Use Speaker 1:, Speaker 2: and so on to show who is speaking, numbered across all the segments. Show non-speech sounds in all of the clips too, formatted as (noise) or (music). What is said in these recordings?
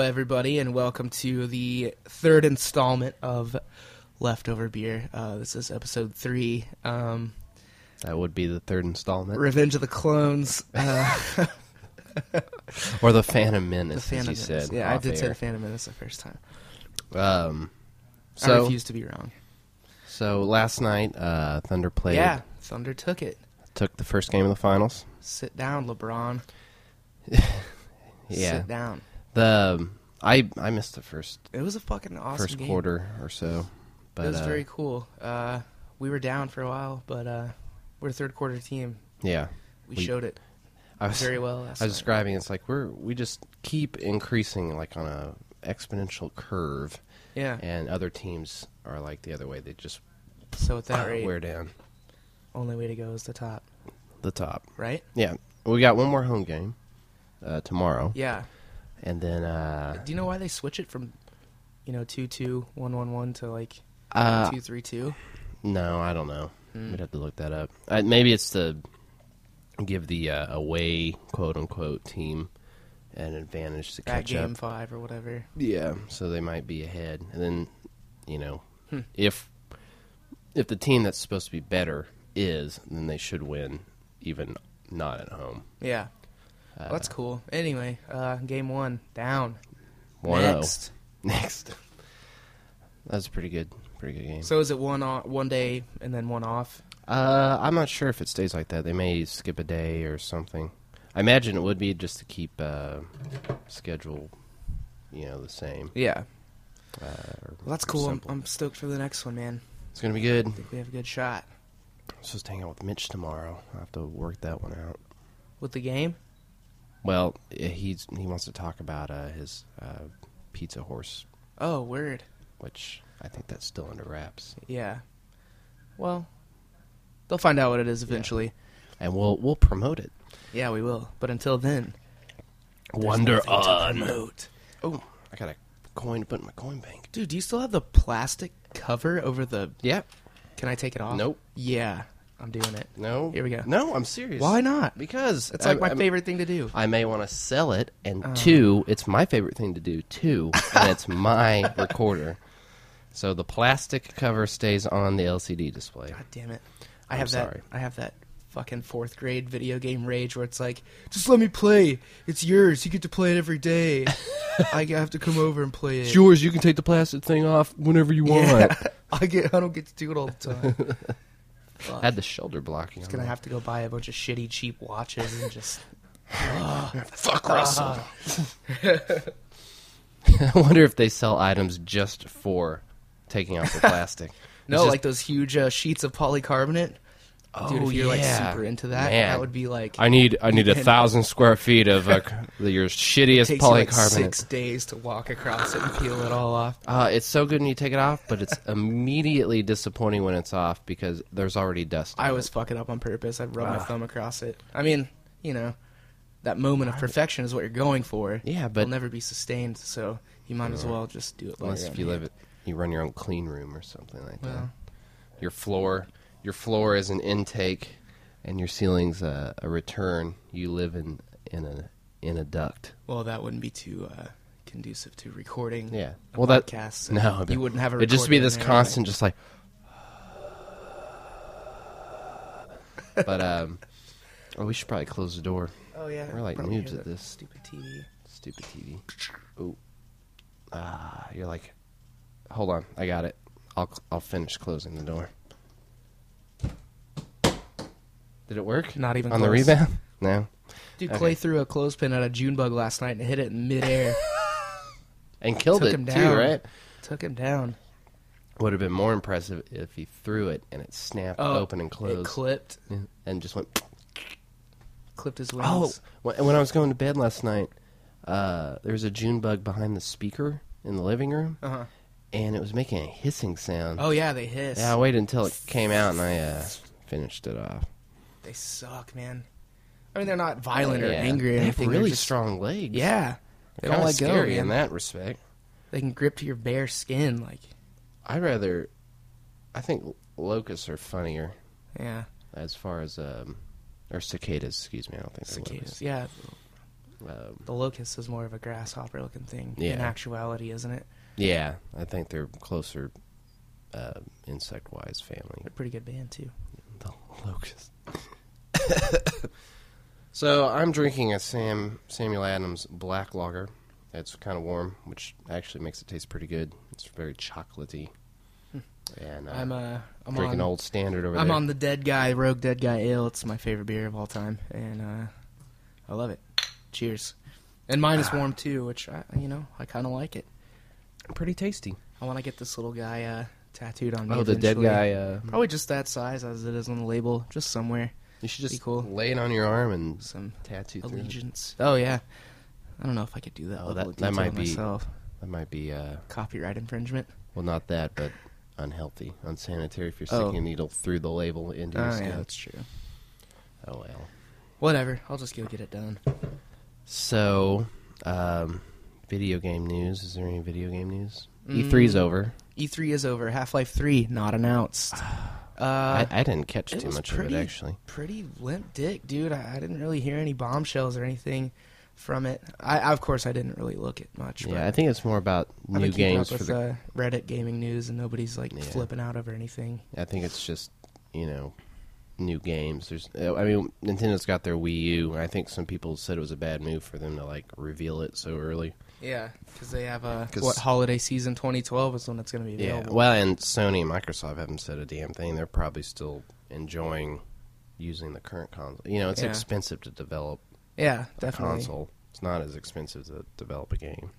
Speaker 1: and welcome to the third installment of Leftover Beer. Uh, this is episode three. Um,
Speaker 2: That would be the third installment,
Speaker 1: Revenge of the Clones.
Speaker 2: (laughs)
Speaker 1: Uh,
Speaker 2: or the Phantom
Speaker 1: the
Speaker 2: Menace, as
Speaker 1: Phantom
Speaker 2: you
Speaker 1: Menace.
Speaker 2: said.
Speaker 1: yeah, I
Speaker 2: off
Speaker 1: did say
Speaker 2: air.
Speaker 1: the Phantom Menace the first time.
Speaker 2: Um,
Speaker 1: I
Speaker 2: so
Speaker 1: refuse to be wrong.
Speaker 2: so last night, uh, Thunder played.
Speaker 1: Yeah, Thunder took it.
Speaker 2: took the first game of the finals.
Speaker 1: Sit down, LeBron.
Speaker 2: Yeah,
Speaker 1: Sit down.
Speaker 2: the um, I I missed the first
Speaker 1: It was a fucking awesome
Speaker 2: first
Speaker 1: game.
Speaker 2: quarter or so, but
Speaker 1: it was
Speaker 2: uh,
Speaker 1: very cool. Uh, we were down for a while, but uh, we're a third quarter team.
Speaker 2: yeah.
Speaker 1: We,
Speaker 2: We- (laughs)
Speaker 1: showed it
Speaker 2: I was
Speaker 1: very well. Last
Speaker 2: I was
Speaker 1: night.
Speaker 2: describing it's like we're we just keep increasing like on a exponential curve,
Speaker 1: Yeah.
Speaker 2: and other teams are like the other way. They just
Speaker 1: So at that rate,
Speaker 2: wear down
Speaker 1: only way to go is the top,
Speaker 2: the top.
Speaker 1: right?
Speaker 2: Yeah, we got one more home game uh, tomorrow,
Speaker 1: Yeah.
Speaker 2: and then uh,
Speaker 1: Do you know why they switch it from, you know, two two one one one to like
Speaker 2: uh,
Speaker 1: two three two?
Speaker 2: no, I don't know.
Speaker 1: Mm.
Speaker 2: We'd have to look that up. Uh, maybe it's to give the uh, away quote unquote team an advantage to
Speaker 1: At
Speaker 2: catch
Speaker 1: game
Speaker 2: up.
Speaker 1: five or whatever.
Speaker 2: Yeah, so they might be ahead, and then you know
Speaker 1: Hmm.
Speaker 2: if if the team that's supposed to be better is, then they should win, even not at home.
Speaker 1: Yeah.
Speaker 2: Uh,
Speaker 1: Well, that's cool. Anyway, uh, game one down.
Speaker 2: 1-0.
Speaker 1: Next.
Speaker 2: oh. (laughs) Next. That's a pretty good, pretty good game.
Speaker 1: So is it one on, one day and then one off?
Speaker 2: Uh, I'm not sure if it stays like that. They may skip a day or something. I imagine it would be just to keep uh, schedule, you know, the same.
Speaker 1: Yeah.
Speaker 2: Uh, or
Speaker 1: Well, that's cool. I'm,
Speaker 2: simple.
Speaker 1: I'm stoked for the next one, man.
Speaker 2: It's gonna be good.
Speaker 1: I think we have a good shot
Speaker 2: I'm supposed to hang out with Mitch tomorrow. I have to work that one out.
Speaker 1: with the game.
Speaker 2: Well, eh, he's he wants to talk about uh, his uh, pizza horse,
Speaker 1: Oh, word.
Speaker 2: which I think that's still under wraps.
Speaker 1: Yeah. Well, they'll find out what it is eventually.
Speaker 2: And we'll we'll promote it.
Speaker 1: Yeah, we will. But until then, there's
Speaker 2: Wonder
Speaker 1: nothing to
Speaker 2: on.
Speaker 1: promote.
Speaker 2: Oh, I got a coin to put in my coin bank.
Speaker 1: Dude, do you still have the plastic cover over the?
Speaker 2: Yeah.
Speaker 1: Can I take it off?
Speaker 2: Nope.
Speaker 1: Yeah, I'm doing it.
Speaker 2: No.
Speaker 1: Here we go.
Speaker 2: No, I'm serious.
Speaker 1: Why not?
Speaker 2: Because
Speaker 1: It's like
Speaker 2: I-
Speaker 1: my
Speaker 2: I'm-
Speaker 1: favorite thing to do.
Speaker 2: I may want to sell it, and
Speaker 1: Oh.
Speaker 2: two, it's my favorite thing to do too, and
Speaker 1: (laughs)
Speaker 2: it's my recorder. So the plastic cover stays on the LCD display.
Speaker 1: God damn it! I
Speaker 2: I'm
Speaker 1: have that.
Speaker 2: sorry.
Speaker 1: I have that fucking fourth grade video game rage where it's like, just let me play. It's yours. You get to play it every (laughs) day. I have to come over and play it.
Speaker 2: yours. You can take the plastic thing off whenever you (laughs)
Speaker 1: Yeah. (laughs) I get. I don't get to do it all the (laughs) time. Fuck.
Speaker 2: Had the shoulder blocking.
Speaker 1: gonna have to go buy a bunch of shitty cheap watches and (laughs) just
Speaker 2: fuck Russell. (laughs) I wonder if they sell items just for taking off
Speaker 1: (laughs)
Speaker 2: the plastic.
Speaker 1: no
Speaker 2: It's just-
Speaker 1: like those huge uh, sheets of polycarbonate dude
Speaker 2: Oh,
Speaker 1: if you're
Speaker 2: yeah.
Speaker 1: like super into that
Speaker 2: Man.
Speaker 1: that would be like
Speaker 2: I need I need a
Speaker 1: And-
Speaker 2: thousand square feet of uh, your shittiest
Speaker 1: takes you, like,
Speaker 2: polycarbonate.
Speaker 1: six days to walk across it and peel it all off
Speaker 2: Uh, it's so good when you take it off, but
Speaker 1: (laughs)
Speaker 2: it's immediately disappointing when it's off because there's already dust. on
Speaker 1: I
Speaker 2: it.
Speaker 1: was fucking up on purpose. I'd rub my
Speaker 2: Ah.
Speaker 1: thumb across it. I mean, you know, that moment of perfection is what you're going for.
Speaker 2: Yeah, but-
Speaker 1: It'll never be sustained, so you might as well just do it. while
Speaker 2: unless
Speaker 1: you're
Speaker 2: if
Speaker 1: on
Speaker 2: you live
Speaker 1: hand.
Speaker 2: it, you run your own clean room or something like that.
Speaker 1: Well.
Speaker 2: Your floor, your floor is an intake, and your ceiling's a, a return. You live in in a in a duct.
Speaker 1: Well, that wouldn't be too uh, conducive to recording.
Speaker 2: Yeah.
Speaker 1: a
Speaker 2: Well, that-
Speaker 1: podcast, so
Speaker 2: (laughs) No, but-
Speaker 1: you wouldn't have a.
Speaker 2: It'd just be
Speaker 1: recorder
Speaker 2: this
Speaker 1: in there,
Speaker 2: constant, just
Speaker 1: (laughs)
Speaker 2: like. but um, oh, we should probably close the door.
Speaker 1: like- Oh yeah,
Speaker 2: we're like
Speaker 1: probably
Speaker 2: noobs
Speaker 1: hear
Speaker 2: at
Speaker 1: that
Speaker 2: this.
Speaker 1: stupid TV.
Speaker 2: Stupid TV. Oh. Ah, you're like, hold on, I got it. I'll cl- I'll finish closing the door. Did it work?
Speaker 1: Not even
Speaker 2: on the
Speaker 1: close.
Speaker 2: rebound. (laughs) No,
Speaker 1: Dude,
Speaker 2: Okay.
Speaker 1: Clay threw a clothespin at a June bug last night and hit it in midair.
Speaker 2: and (laughs) killed
Speaker 1: Took
Speaker 2: it
Speaker 1: him
Speaker 2: too,
Speaker 1: down.
Speaker 2: right?
Speaker 1: Took him down.
Speaker 2: Would have been more impressive if he threw it and it snapped
Speaker 1: Oh,
Speaker 2: open and
Speaker 1: It
Speaker 2: closed,
Speaker 1: clipped,
Speaker 2: Yeah, and just went.
Speaker 1: clipped his wings.
Speaker 2: Oh, when, when I was going to bed last night, uh, there was a June bug behind the speaker in the living room,
Speaker 1: Uh-huh.
Speaker 2: and it was making a hissing sound.
Speaker 1: Oh yeah, they hiss.
Speaker 2: Yeah, I waited until it came out and I uh, finished it off.
Speaker 1: They suck, man. I mean, they're not violent or
Speaker 2: Yeah.
Speaker 1: angry or
Speaker 2: They have
Speaker 1: anything. they're
Speaker 2: really
Speaker 1: just-
Speaker 2: strong
Speaker 1: (laughs)
Speaker 2: legs.
Speaker 1: Yeah, they
Speaker 2: kind
Speaker 1: don't let
Speaker 2: of
Speaker 1: go.
Speaker 2: scary in
Speaker 1: Man.
Speaker 2: that respect.
Speaker 1: They can grip to your bare skin, like
Speaker 2: I'd rather. I think locusts are funnier
Speaker 1: yeah,
Speaker 2: as far as um, or cicadas. Excuse me, I don't think they're
Speaker 1: cicadas.
Speaker 2: locusts.
Speaker 1: Yeah,
Speaker 2: Um,
Speaker 1: The locust is more of a grasshopper looking thing in
Speaker 2: Yeah.
Speaker 1: actuality, isn't it?
Speaker 2: yeah, I think they're closer uh, insect wise family.
Speaker 1: They're a pretty good band too.
Speaker 2: The locust. (laughs) so I'm drinking a Sam Samuel Adams black lager. It's kind of warm, which actually makes it taste pretty good. It's very chocolatey. And uh,
Speaker 1: Hmm. I'm uh I'm
Speaker 2: drinking
Speaker 1: on,
Speaker 2: old standard over
Speaker 1: I'm
Speaker 2: there.
Speaker 1: on the Dead Guy Rogue Dead Guy Ale. It's my favorite beer of all time, and uh, I love it. Cheers. And mine
Speaker 2: Ah.
Speaker 1: is warm too, which I, you know I kind of like it.
Speaker 2: pretty tasty.
Speaker 1: I want to get this little guy uh, tattooed on me.
Speaker 2: Oh, the dead
Speaker 1: eventually.
Speaker 2: guy. Uh,
Speaker 1: Probably just that size as it is on the label, just somewhere.
Speaker 2: you should
Speaker 1: Be
Speaker 2: just
Speaker 1: cool.
Speaker 2: lay it on your arm and
Speaker 1: Some
Speaker 2: tattoo. through it.
Speaker 1: allegiance. Oh yeah. I don't know if I could do that.
Speaker 2: Oh,
Speaker 1: level
Speaker 2: that-
Speaker 1: of
Speaker 2: that
Speaker 1: detail
Speaker 2: might be-
Speaker 1: myself.
Speaker 2: That might be uh,
Speaker 1: Copyright infringement.
Speaker 2: well, not that, but unhealthy, unsanitary. If you're
Speaker 1: Oh.
Speaker 2: sticking a needle through the label into your
Speaker 1: Oh
Speaker 2: skin.
Speaker 1: yeah, that's true.
Speaker 2: Oh well.
Speaker 1: Whatever. I'll just go get it done.
Speaker 2: So, um, video game news. Is there any video game news?
Speaker 1: Mm.
Speaker 2: E3's over.
Speaker 1: E3 is over. Half Life 3 not
Speaker 2: (sighs)
Speaker 1: announced. Uh,
Speaker 2: I, I didn't catch
Speaker 1: it
Speaker 2: too
Speaker 1: was
Speaker 2: much
Speaker 1: pretty-
Speaker 2: of it actually.
Speaker 1: pretty limp dick, dude. I, I didn't really hear any bombshells or anything from it. I, I of course I didn't really look at much.
Speaker 2: Yeah, I
Speaker 1: but
Speaker 2: think it's more about
Speaker 1: I've
Speaker 2: new
Speaker 1: been keeping
Speaker 2: games
Speaker 1: up
Speaker 2: for
Speaker 1: with
Speaker 2: the.
Speaker 1: uh, Reddit gaming news, and nobody's like
Speaker 2: Yeah.
Speaker 1: flipping out over anything.
Speaker 2: I think it's just you know new games. There's uh, I mean Nintendo's got their Wii U. and I think some people said it was a bad move for them to like reveal it so early.
Speaker 1: Yeah, because they have a
Speaker 2: 'Cause-
Speaker 1: what holiday season 2012 is when it's going to be
Speaker 2: Yeah.
Speaker 1: available.
Speaker 2: Well, and Sony and Microsoft haven't said a damn thing. They're probably still enjoying using the current console. You know, it's
Speaker 1: Yeah.
Speaker 2: expensive to develop
Speaker 1: yeah,
Speaker 2: a
Speaker 1: definitely.
Speaker 2: console. It's not as expensive to develop a game.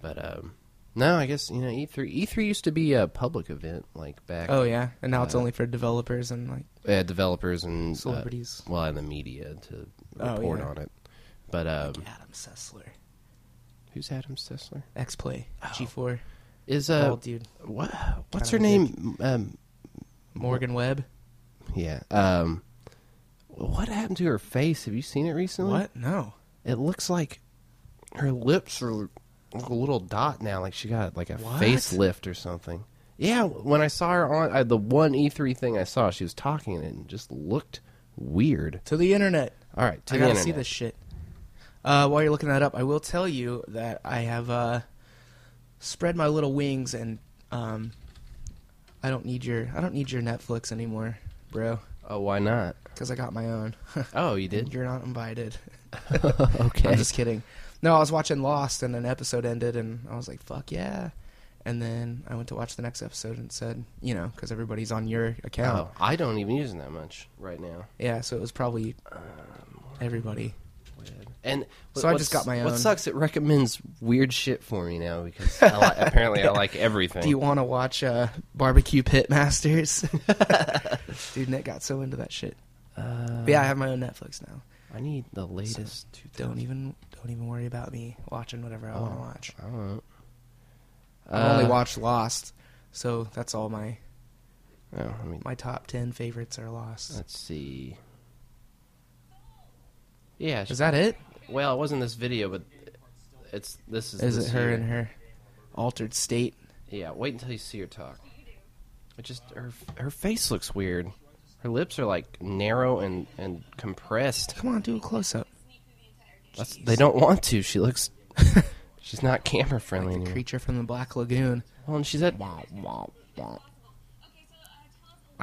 Speaker 2: But um no, I guess you know E E3 E3 used to be a public event like back
Speaker 1: Oh yeah, and now it's
Speaker 2: Uh,
Speaker 1: only for developers and like
Speaker 2: uh, developers and uh,
Speaker 1: celebrities.
Speaker 2: well, and the media to
Speaker 1: Oh,
Speaker 2: report
Speaker 1: yeah.
Speaker 2: on it. But um
Speaker 1: Adam Sessler,
Speaker 2: who's Adam Sessler?
Speaker 1: X Play, G4,
Speaker 2: Is uh
Speaker 1: bald dude,
Speaker 2: what what's her
Speaker 1: Kinda
Speaker 2: name? Um
Speaker 1: Morgan Webb.
Speaker 2: yeah. Um what happened to her face? Have you seen it recently?
Speaker 1: What? No.
Speaker 2: It looks like her lips are like a little dot now, like she got like a
Speaker 1: What?
Speaker 2: facelift or something. Yeah, when I saw her on I, the one E3 thing I saw, she was talking and it just looked weird.
Speaker 1: To the internet.
Speaker 2: All right, to
Speaker 1: I
Speaker 2: the
Speaker 1: gotta
Speaker 2: internet.
Speaker 1: see this shit. Uh, while you're looking that up, I will tell you that I have uh, spread my little wings, and um, I don't need your I don't need your Netflix anymore, bro,
Speaker 2: Oh, why not?
Speaker 1: because I got my own. (laughs)
Speaker 2: Oh, you did.
Speaker 1: you're not invited.
Speaker 2: (laughs) okay.
Speaker 1: I'm just kidding. No, I was watching Lost, and an episode ended, and I was like, "Fuck yeah!" And then I went to watch the next episode and said, you know, because everybody's on your account.
Speaker 2: Oh, I don't even use it that much right now.
Speaker 1: Yeah, so it was probably everybody.
Speaker 2: And
Speaker 1: So I
Speaker 2: what's-
Speaker 1: just got my own.
Speaker 2: What sucks? It recommends weird shit for me now (laughs) because I li- apparently I like everything.
Speaker 1: Do you want to watch uh, Barbecue Pit Masters? (laughs) Dude, Nick got so into that shit.
Speaker 2: uh,
Speaker 1: But yeah, I have my own Netflix now.
Speaker 2: I need the latest. two
Speaker 1: Don't even don't even worry about me watching whatever I want to watch.
Speaker 2: I don't know.
Speaker 1: I only
Speaker 2: Oh. Uh,
Speaker 1: watch Lost, so that's all my
Speaker 2: Oh, I mean,
Speaker 1: my top ten favorites are Lost.
Speaker 2: let's see. Yeah.
Speaker 1: Is that it?
Speaker 2: well, it wasn't this video, but it's this is.
Speaker 1: Is
Speaker 2: this
Speaker 1: it her
Speaker 2: year.
Speaker 1: in her altered state?
Speaker 2: Yeah. Wait until you see her talk. It just her her face looks weird. Her lips are like narrow and and compressed.
Speaker 1: Come on, do a close up.
Speaker 2: That's, they don't (laughs) want to. She looks. she's not camera friendly
Speaker 1: Like the
Speaker 2: anymore.
Speaker 1: creature from the Black Lagoon.
Speaker 2: Well, and she's at.
Speaker 1: I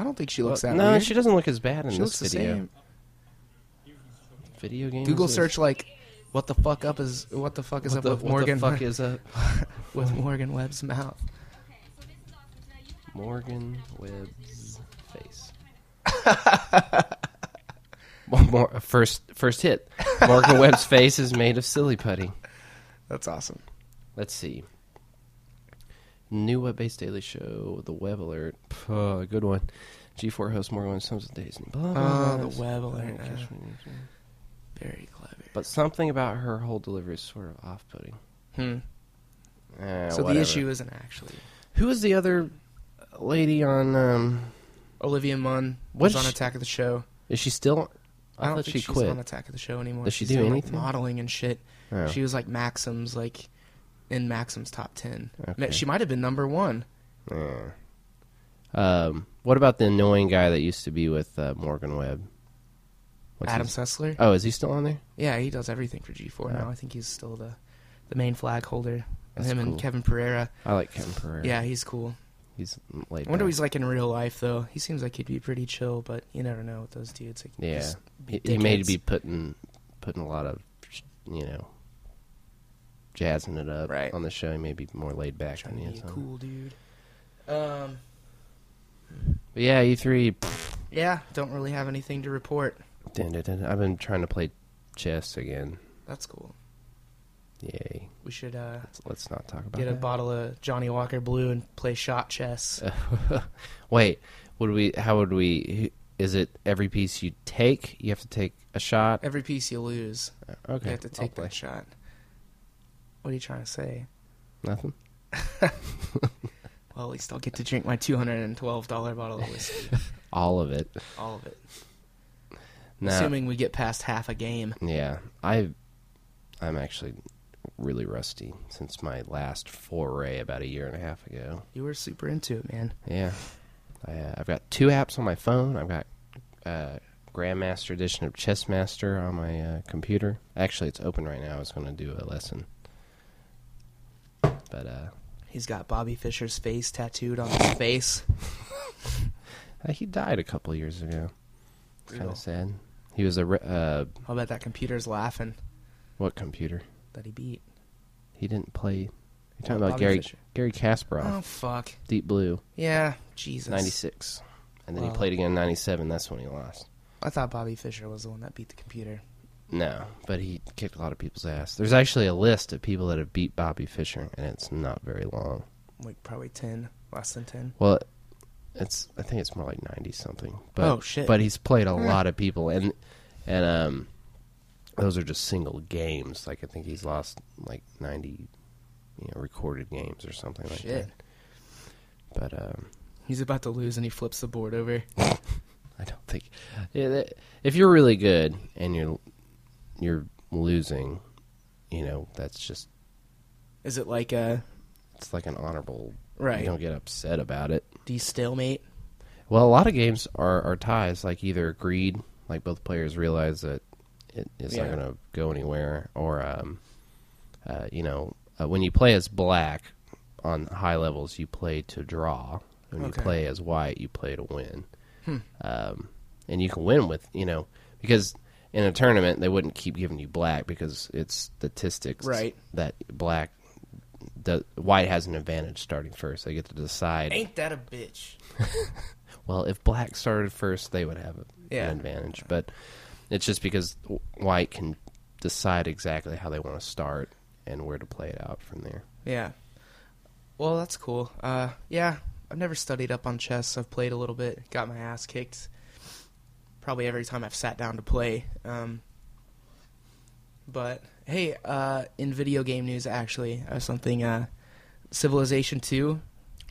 Speaker 1: don't think she looks that
Speaker 2: no,
Speaker 1: weird.
Speaker 2: she doesn't look as bad in
Speaker 1: She looks
Speaker 2: this
Speaker 1: the
Speaker 2: video.
Speaker 1: same.
Speaker 2: Video game.
Speaker 1: Google search like, what the fuck up is what the fuck is up
Speaker 2: the,
Speaker 1: with Morgan?
Speaker 2: What the fuck is a
Speaker 1: with Morgan Webb's mouth.
Speaker 2: Morgan Webb's face? (laughs) One more first first hit. Morgan Webb's face is made of silly putty.
Speaker 1: That's awesome.
Speaker 2: Let's see. New web-based daily show, The Web Alert. Puh, good one. G4 host Morgan Webb sums the days. Blah, blah, blah,
Speaker 1: Oh, the web alert.
Speaker 2: Catch
Speaker 1: uh,
Speaker 2: me next time.
Speaker 1: very clever.
Speaker 2: But something about her whole delivery is sort of off-putting.
Speaker 1: Hmm.
Speaker 2: Eh,
Speaker 1: So
Speaker 2: whatever.
Speaker 1: the issue isn't actually
Speaker 2: Who was the other lady on? um
Speaker 1: Olivia Munn
Speaker 2: What
Speaker 1: was
Speaker 2: is
Speaker 1: on
Speaker 2: she-
Speaker 1: Attack of the Show.
Speaker 2: Is she still?
Speaker 1: I, don't
Speaker 2: thought
Speaker 1: think
Speaker 2: she
Speaker 1: she's
Speaker 2: quit.
Speaker 1: on Attack of the Show anymore.
Speaker 2: Does she
Speaker 1: She's
Speaker 2: do
Speaker 1: doing, like,
Speaker 2: anything?
Speaker 1: modeling and shit.
Speaker 2: Oh.
Speaker 1: She was like Maxim's like in Maxim's top ten. Ma-
Speaker 2: Okay.
Speaker 1: She might have been number one.
Speaker 2: Eh. Um, what about the annoying guy that used to be with uh, Morgan Webb? What's
Speaker 1: Adam
Speaker 2: his-
Speaker 1: Sessler.
Speaker 2: Oh, is he still on there?
Speaker 1: Yeah, he does everything for G4 now. I think he's still the the main flag holder. And
Speaker 2: That's
Speaker 1: him
Speaker 2: cool.
Speaker 1: and Kevin Pereira.
Speaker 2: I like Kevin Pereira.
Speaker 1: Yeah, he's cool.
Speaker 2: he's laid.
Speaker 1: I wonder
Speaker 2: back.
Speaker 1: what he's like in real life though. He seems like he'd be pretty chill, but you never know with those dudes. Like,
Speaker 2: Yeah,
Speaker 1: just
Speaker 2: he,
Speaker 1: be
Speaker 2: he may
Speaker 1: dickheads.
Speaker 2: be putting putting a lot of you know jazzing it up
Speaker 1: Right.
Speaker 2: on the show. He may be more laid back
Speaker 1: trying
Speaker 2: than
Speaker 1: to
Speaker 2: he
Speaker 1: be
Speaker 2: is
Speaker 1: a
Speaker 2: on-
Speaker 1: cool dude. Um,
Speaker 2: But yeah, E three.
Speaker 1: yeah, don't really have anything to report.
Speaker 2: I've been trying to play chess again.
Speaker 1: That's cool.
Speaker 2: Yay!
Speaker 1: We should uh,
Speaker 2: Let's, let's not talk about
Speaker 1: get a
Speaker 2: that.
Speaker 1: bottle of Johnny Walker Blue and play shot chess.
Speaker 2: Wait, would we? How would we? Is it every piece you take? You have to take a shot.
Speaker 1: Every piece you lose,
Speaker 2: Okay,
Speaker 1: you have to
Speaker 2: I'll
Speaker 1: take
Speaker 2: play.
Speaker 1: that shot. What are you trying to say?
Speaker 2: Nothing.
Speaker 1: Well, at least I'll get to drink my two hundred and twelve dollar bottle of whiskey,
Speaker 2: (laughs) All of it.
Speaker 1: all of it.
Speaker 2: No.
Speaker 1: Assuming we get past half a game.
Speaker 2: Yeah, I, I'm actually really rusty since my last foray about a year and a half ago.
Speaker 1: You were super into it, man.
Speaker 2: Yeah, I, uh, I've got two apps on my phone. I've got uh, Grandmaster Edition of Chess Master on my uh, computer. Actually, it's open right now. I was going to do a lesson, but uh,
Speaker 1: He's got Bobby Fischer's face tattooed on his face.
Speaker 2: uh, he died a couple years ago. It's kind
Speaker 1: Brutal.
Speaker 2: of sad. He was a re- uh,
Speaker 1: I'll bet that computer's laughing
Speaker 2: what computer?
Speaker 1: that he beat.
Speaker 2: He didn't play. You're
Speaker 1: Well,
Speaker 2: talking about
Speaker 1: Bobby
Speaker 2: Gary
Speaker 1: Fischer.
Speaker 2: Gary Kasparov,
Speaker 1: Oh fuck.
Speaker 2: Deep Blue.
Speaker 1: Yeah, Jesus.
Speaker 2: 96. And then
Speaker 1: Wow.
Speaker 2: he played again in 97. That's when he lost.
Speaker 1: I thought Bobby Fischer was the one that beat the computer.
Speaker 2: No, but he kicked a lot of people's ass. There's actually a list of people that have beat Bobby Fischer, and it's not very long.
Speaker 1: Like probably ten, less than ten.
Speaker 2: Well, it's I think it's more like 90 something. But,
Speaker 1: Oh, shit.
Speaker 2: But he's played a
Speaker 1: Hmm.
Speaker 2: lot of people, and and um, those are just single games. Like I think he's lost like 90, you know, recorded games or something like
Speaker 1: Shit.
Speaker 2: that. But um,
Speaker 1: He's about to lose and he flips the board over.
Speaker 2: I don't think Yeah, that- if you're really good and you're you're losing, you know that's just
Speaker 1: Is it like a
Speaker 2: it's like an honorable.
Speaker 1: Right.
Speaker 2: You don't get upset about it.
Speaker 1: do you stalemate?
Speaker 2: Well, a lot of games are are ties. Like either agreed, like both players realize that it, it's
Speaker 1: Yeah.
Speaker 2: not going to go anywhere, or um, uh, you know, uh, when you play as black on high levels, you play to draw. When
Speaker 1: Okay. Hmm.
Speaker 2: you play as white, you play to win. Um, and you can win with you know because in a tournament they wouldn't keep giving you black because it's statistics
Speaker 1: Right.
Speaker 2: that black. The white has an advantage starting first. They get to decide
Speaker 1: Ain't that a bitch?
Speaker 2: well, if black started first, they would have a,
Speaker 1: Yeah.
Speaker 2: an advantage. But it's just because w- white can decide exactly how they want to start and where to play it out from there.
Speaker 1: Yeah. Well, that's cool. Uh, yeah, I've never studied up on chess. I've played a little bit, got my ass kicked. Probably every time I've sat down to play. Um, but hey, uh, in video game news, actually, I have something. Uh, Civilization Two.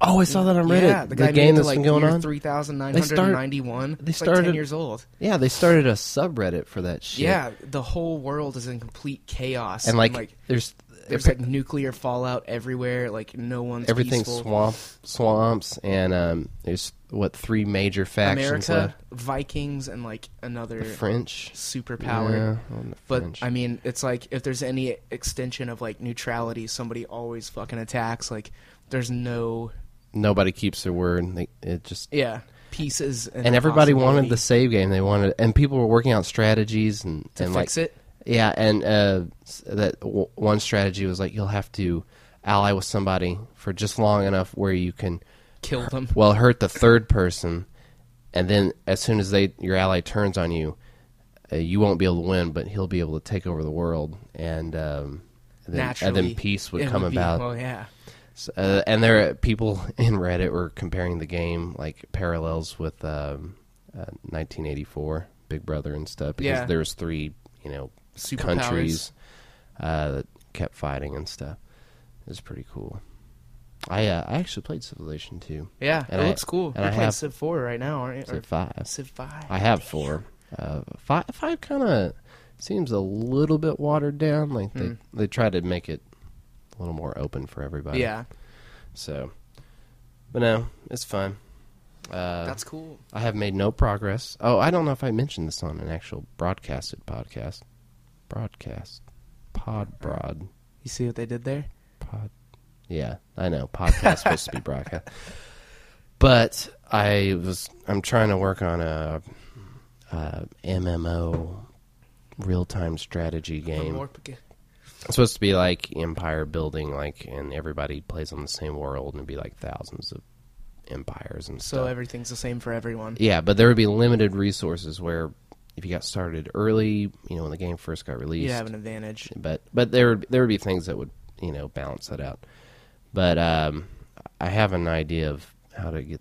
Speaker 2: Oh, I saw that on Reddit.
Speaker 1: Yeah, the,
Speaker 2: the,
Speaker 1: guy made it
Speaker 2: game
Speaker 1: to,
Speaker 2: that's
Speaker 1: like
Speaker 2: been going
Speaker 1: year
Speaker 2: on.
Speaker 1: Three thousand nine hundred ninety-one.
Speaker 2: they
Speaker 1: It's, like, ten
Speaker 2: started-
Speaker 1: years old.
Speaker 2: Yeah, they started a subreddit for that shit.
Speaker 1: Yeah, the whole world is in complete chaos.
Speaker 2: and like, there's,
Speaker 1: there's like nuclear fallout everywhere. Like no one's
Speaker 2: everything's
Speaker 1: peaceful.
Speaker 2: swamp swamps, and um, there's what three major factions
Speaker 1: America,
Speaker 2: left?
Speaker 1: Vikings, and like another
Speaker 2: The French
Speaker 1: superpower.
Speaker 2: Yeah, well, the
Speaker 1: But
Speaker 2: French.
Speaker 1: I mean, it's like if there's any extension of like neutrality, somebody always fucking attacks. Like there's no
Speaker 2: nobody keeps their word. They, it just
Speaker 1: yeah pieces, and,
Speaker 2: and everybody wanted the save game. They wanted, and people were working out strategies and
Speaker 1: to
Speaker 2: and
Speaker 1: fix
Speaker 2: like,
Speaker 1: it.
Speaker 2: Yeah, and uh, s- that w- one strategy was like you'll have to ally with somebody for just long enough where you can
Speaker 1: Kill them.
Speaker 2: well hurt the third person, and then as soon as they your ally turns on you, uh, you won't be able to win, but he'll be able to take over the world, and um, and then,
Speaker 1: Naturally,
Speaker 2: and then peace would
Speaker 1: it
Speaker 2: come
Speaker 1: be-
Speaker 2: about.
Speaker 1: Well, yeah,
Speaker 2: S- Uh, and there are people (laughs) in Reddit were comparing the game like parallels with um, uh, 1984 Big Brother and stuff because
Speaker 1: Yeah.
Speaker 2: there was three you know
Speaker 1: Superpowers.
Speaker 2: countries uh, that kept fighting and stuff. It's pretty cool. I uh, I actually played Civilization 2.
Speaker 1: yeah.
Speaker 2: And
Speaker 1: it
Speaker 2: I-
Speaker 1: looks cool.
Speaker 2: and
Speaker 1: You're
Speaker 2: I
Speaker 1: playing
Speaker 2: have-
Speaker 1: Civ Four right now, aren't you? Or
Speaker 2: Civ 5.
Speaker 1: Civ Five.
Speaker 2: I have 4. Uh, 5 five kind of seems a little bit watered down like they
Speaker 1: Hmm.
Speaker 2: they tried to make it a little more open for everybody.
Speaker 1: Yeah,
Speaker 2: So, but no, it's fun. Uh,
Speaker 1: That's cool.
Speaker 2: I have made no progress. Oh, I don't know if I mentioned this on an actual broadcasted podcast. Broadcast. Pod broad.
Speaker 1: You see what they did there?
Speaker 2: Pod. Yeah, I know. Podcast supposed to be broadcast. But I was I'm trying to work on a, a MMO real time strategy game.
Speaker 1: Morpega.
Speaker 2: It's supposed to be like empire building, like and everybody plays on the same world, and it'd be like thousands of empires and
Speaker 1: So
Speaker 2: stuff.
Speaker 1: everything's the same for everyone.
Speaker 2: Yeah, but there would be limited resources where if you got started early, you know, when the game first got released,
Speaker 1: You have an advantage.
Speaker 2: but but there would there would be things that would you know balance that out. But um, I have an idea of how to get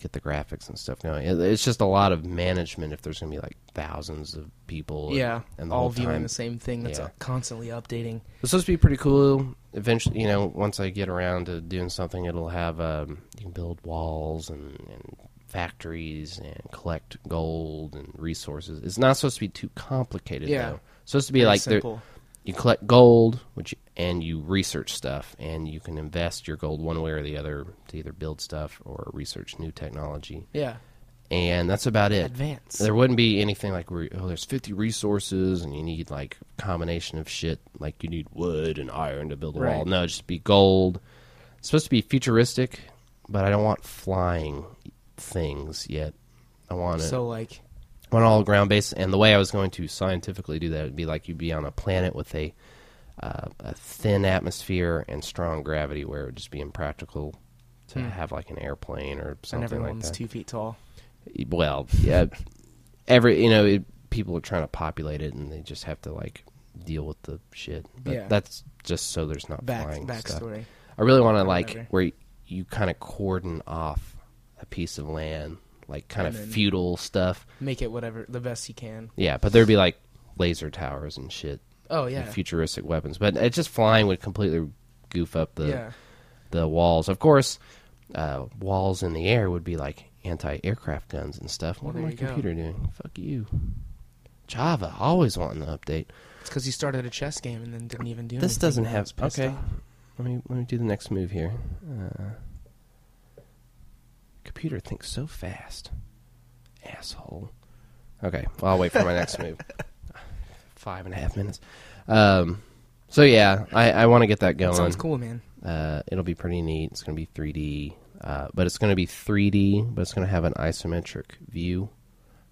Speaker 2: get the graphics and stuff going. It- It's just a lot of management if there's going to be like thousands of people. and-
Speaker 1: Yeah,
Speaker 2: and, the
Speaker 1: all
Speaker 2: whole
Speaker 1: viewing
Speaker 2: time.
Speaker 1: the same thing. That's
Speaker 2: Yeah.
Speaker 1: uh, constantly updating.
Speaker 2: It's supposed to be pretty cool. Eventually, you know, once I get around to doing something, it'll have um, you can build walls and, and factories and collect gold and resources. It's not supposed to be too complicated.
Speaker 1: Yeah.
Speaker 2: though. It's supposed to be
Speaker 1: Very
Speaker 2: like there,
Speaker 1: simple.
Speaker 2: you collect gold, which and you research stuff, and you can invest your gold one way or the other to either build stuff or research new technology.
Speaker 1: Yeah,
Speaker 2: And that's about it.
Speaker 1: advance.
Speaker 2: There wouldn't be anything like where, oh, there's 50 resources and you need like combination of shit like you need wood and iron to build a wall.
Speaker 1: Right.
Speaker 2: No, it'd just be gold. It's supposed to be futuristic, but I don't want flying things yet. I want it
Speaker 1: so like,
Speaker 2: on all ground base. And the way I was going to scientifically do that would be like you'd be on a planet with a uh, a thin atmosphere and strong gravity, where it would just be impractical to
Speaker 1: Hmm.
Speaker 2: have like an airplane or
Speaker 1: and
Speaker 2: something like
Speaker 1: everyone's
Speaker 2: that
Speaker 1: two feet tall.
Speaker 2: well, yeah, every you know it, people are trying to populate it, and they just have to like deal with the shit. But
Speaker 1: Yeah.
Speaker 2: that's just so there's not
Speaker 1: Back
Speaker 2: flying stuff.
Speaker 1: backstory.
Speaker 2: I really want to like
Speaker 1: Whatever.
Speaker 2: where you kind of cordon off a piece of land, like kind of
Speaker 1: And then-
Speaker 2: feudal stuff.
Speaker 1: Make it whatever the best you can.
Speaker 2: Yeah, but there'd be like laser towers and shit,
Speaker 1: Oh
Speaker 2: and
Speaker 1: yeah,
Speaker 2: futuristic weapons. But it just flying would completely goof up the
Speaker 1: yeah.
Speaker 2: the walls. Of course, uh, walls in the air would be like anti-aircraft guns and stuff. What
Speaker 1: Well, there
Speaker 2: am my
Speaker 1: you go.
Speaker 2: computer doing? Fuck you. Java always wanting to update.
Speaker 1: It's because you started a chess game and then didn't even do.
Speaker 2: this
Speaker 1: anything.
Speaker 2: doesn't
Speaker 1: I
Speaker 2: have
Speaker 1: was pissed
Speaker 2: okay.
Speaker 1: off.
Speaker 2: Let me let me do the next move here. Uh, computer thinks so fast. Asshole. Okay, well, I'll wait for my
Speaker 1: (laughs)
Speaker 2: next move. Five and a half minutes. Um, so yeah, I, I want to get that
Speaker 1: That
Speaker 2: going.
Speaker 1: sounds cool, man.
Speaker 2: Uh, it'll be pretty neat. It's going to be 3D, uh, but it's going to be 3D, but it's going to have an isometric view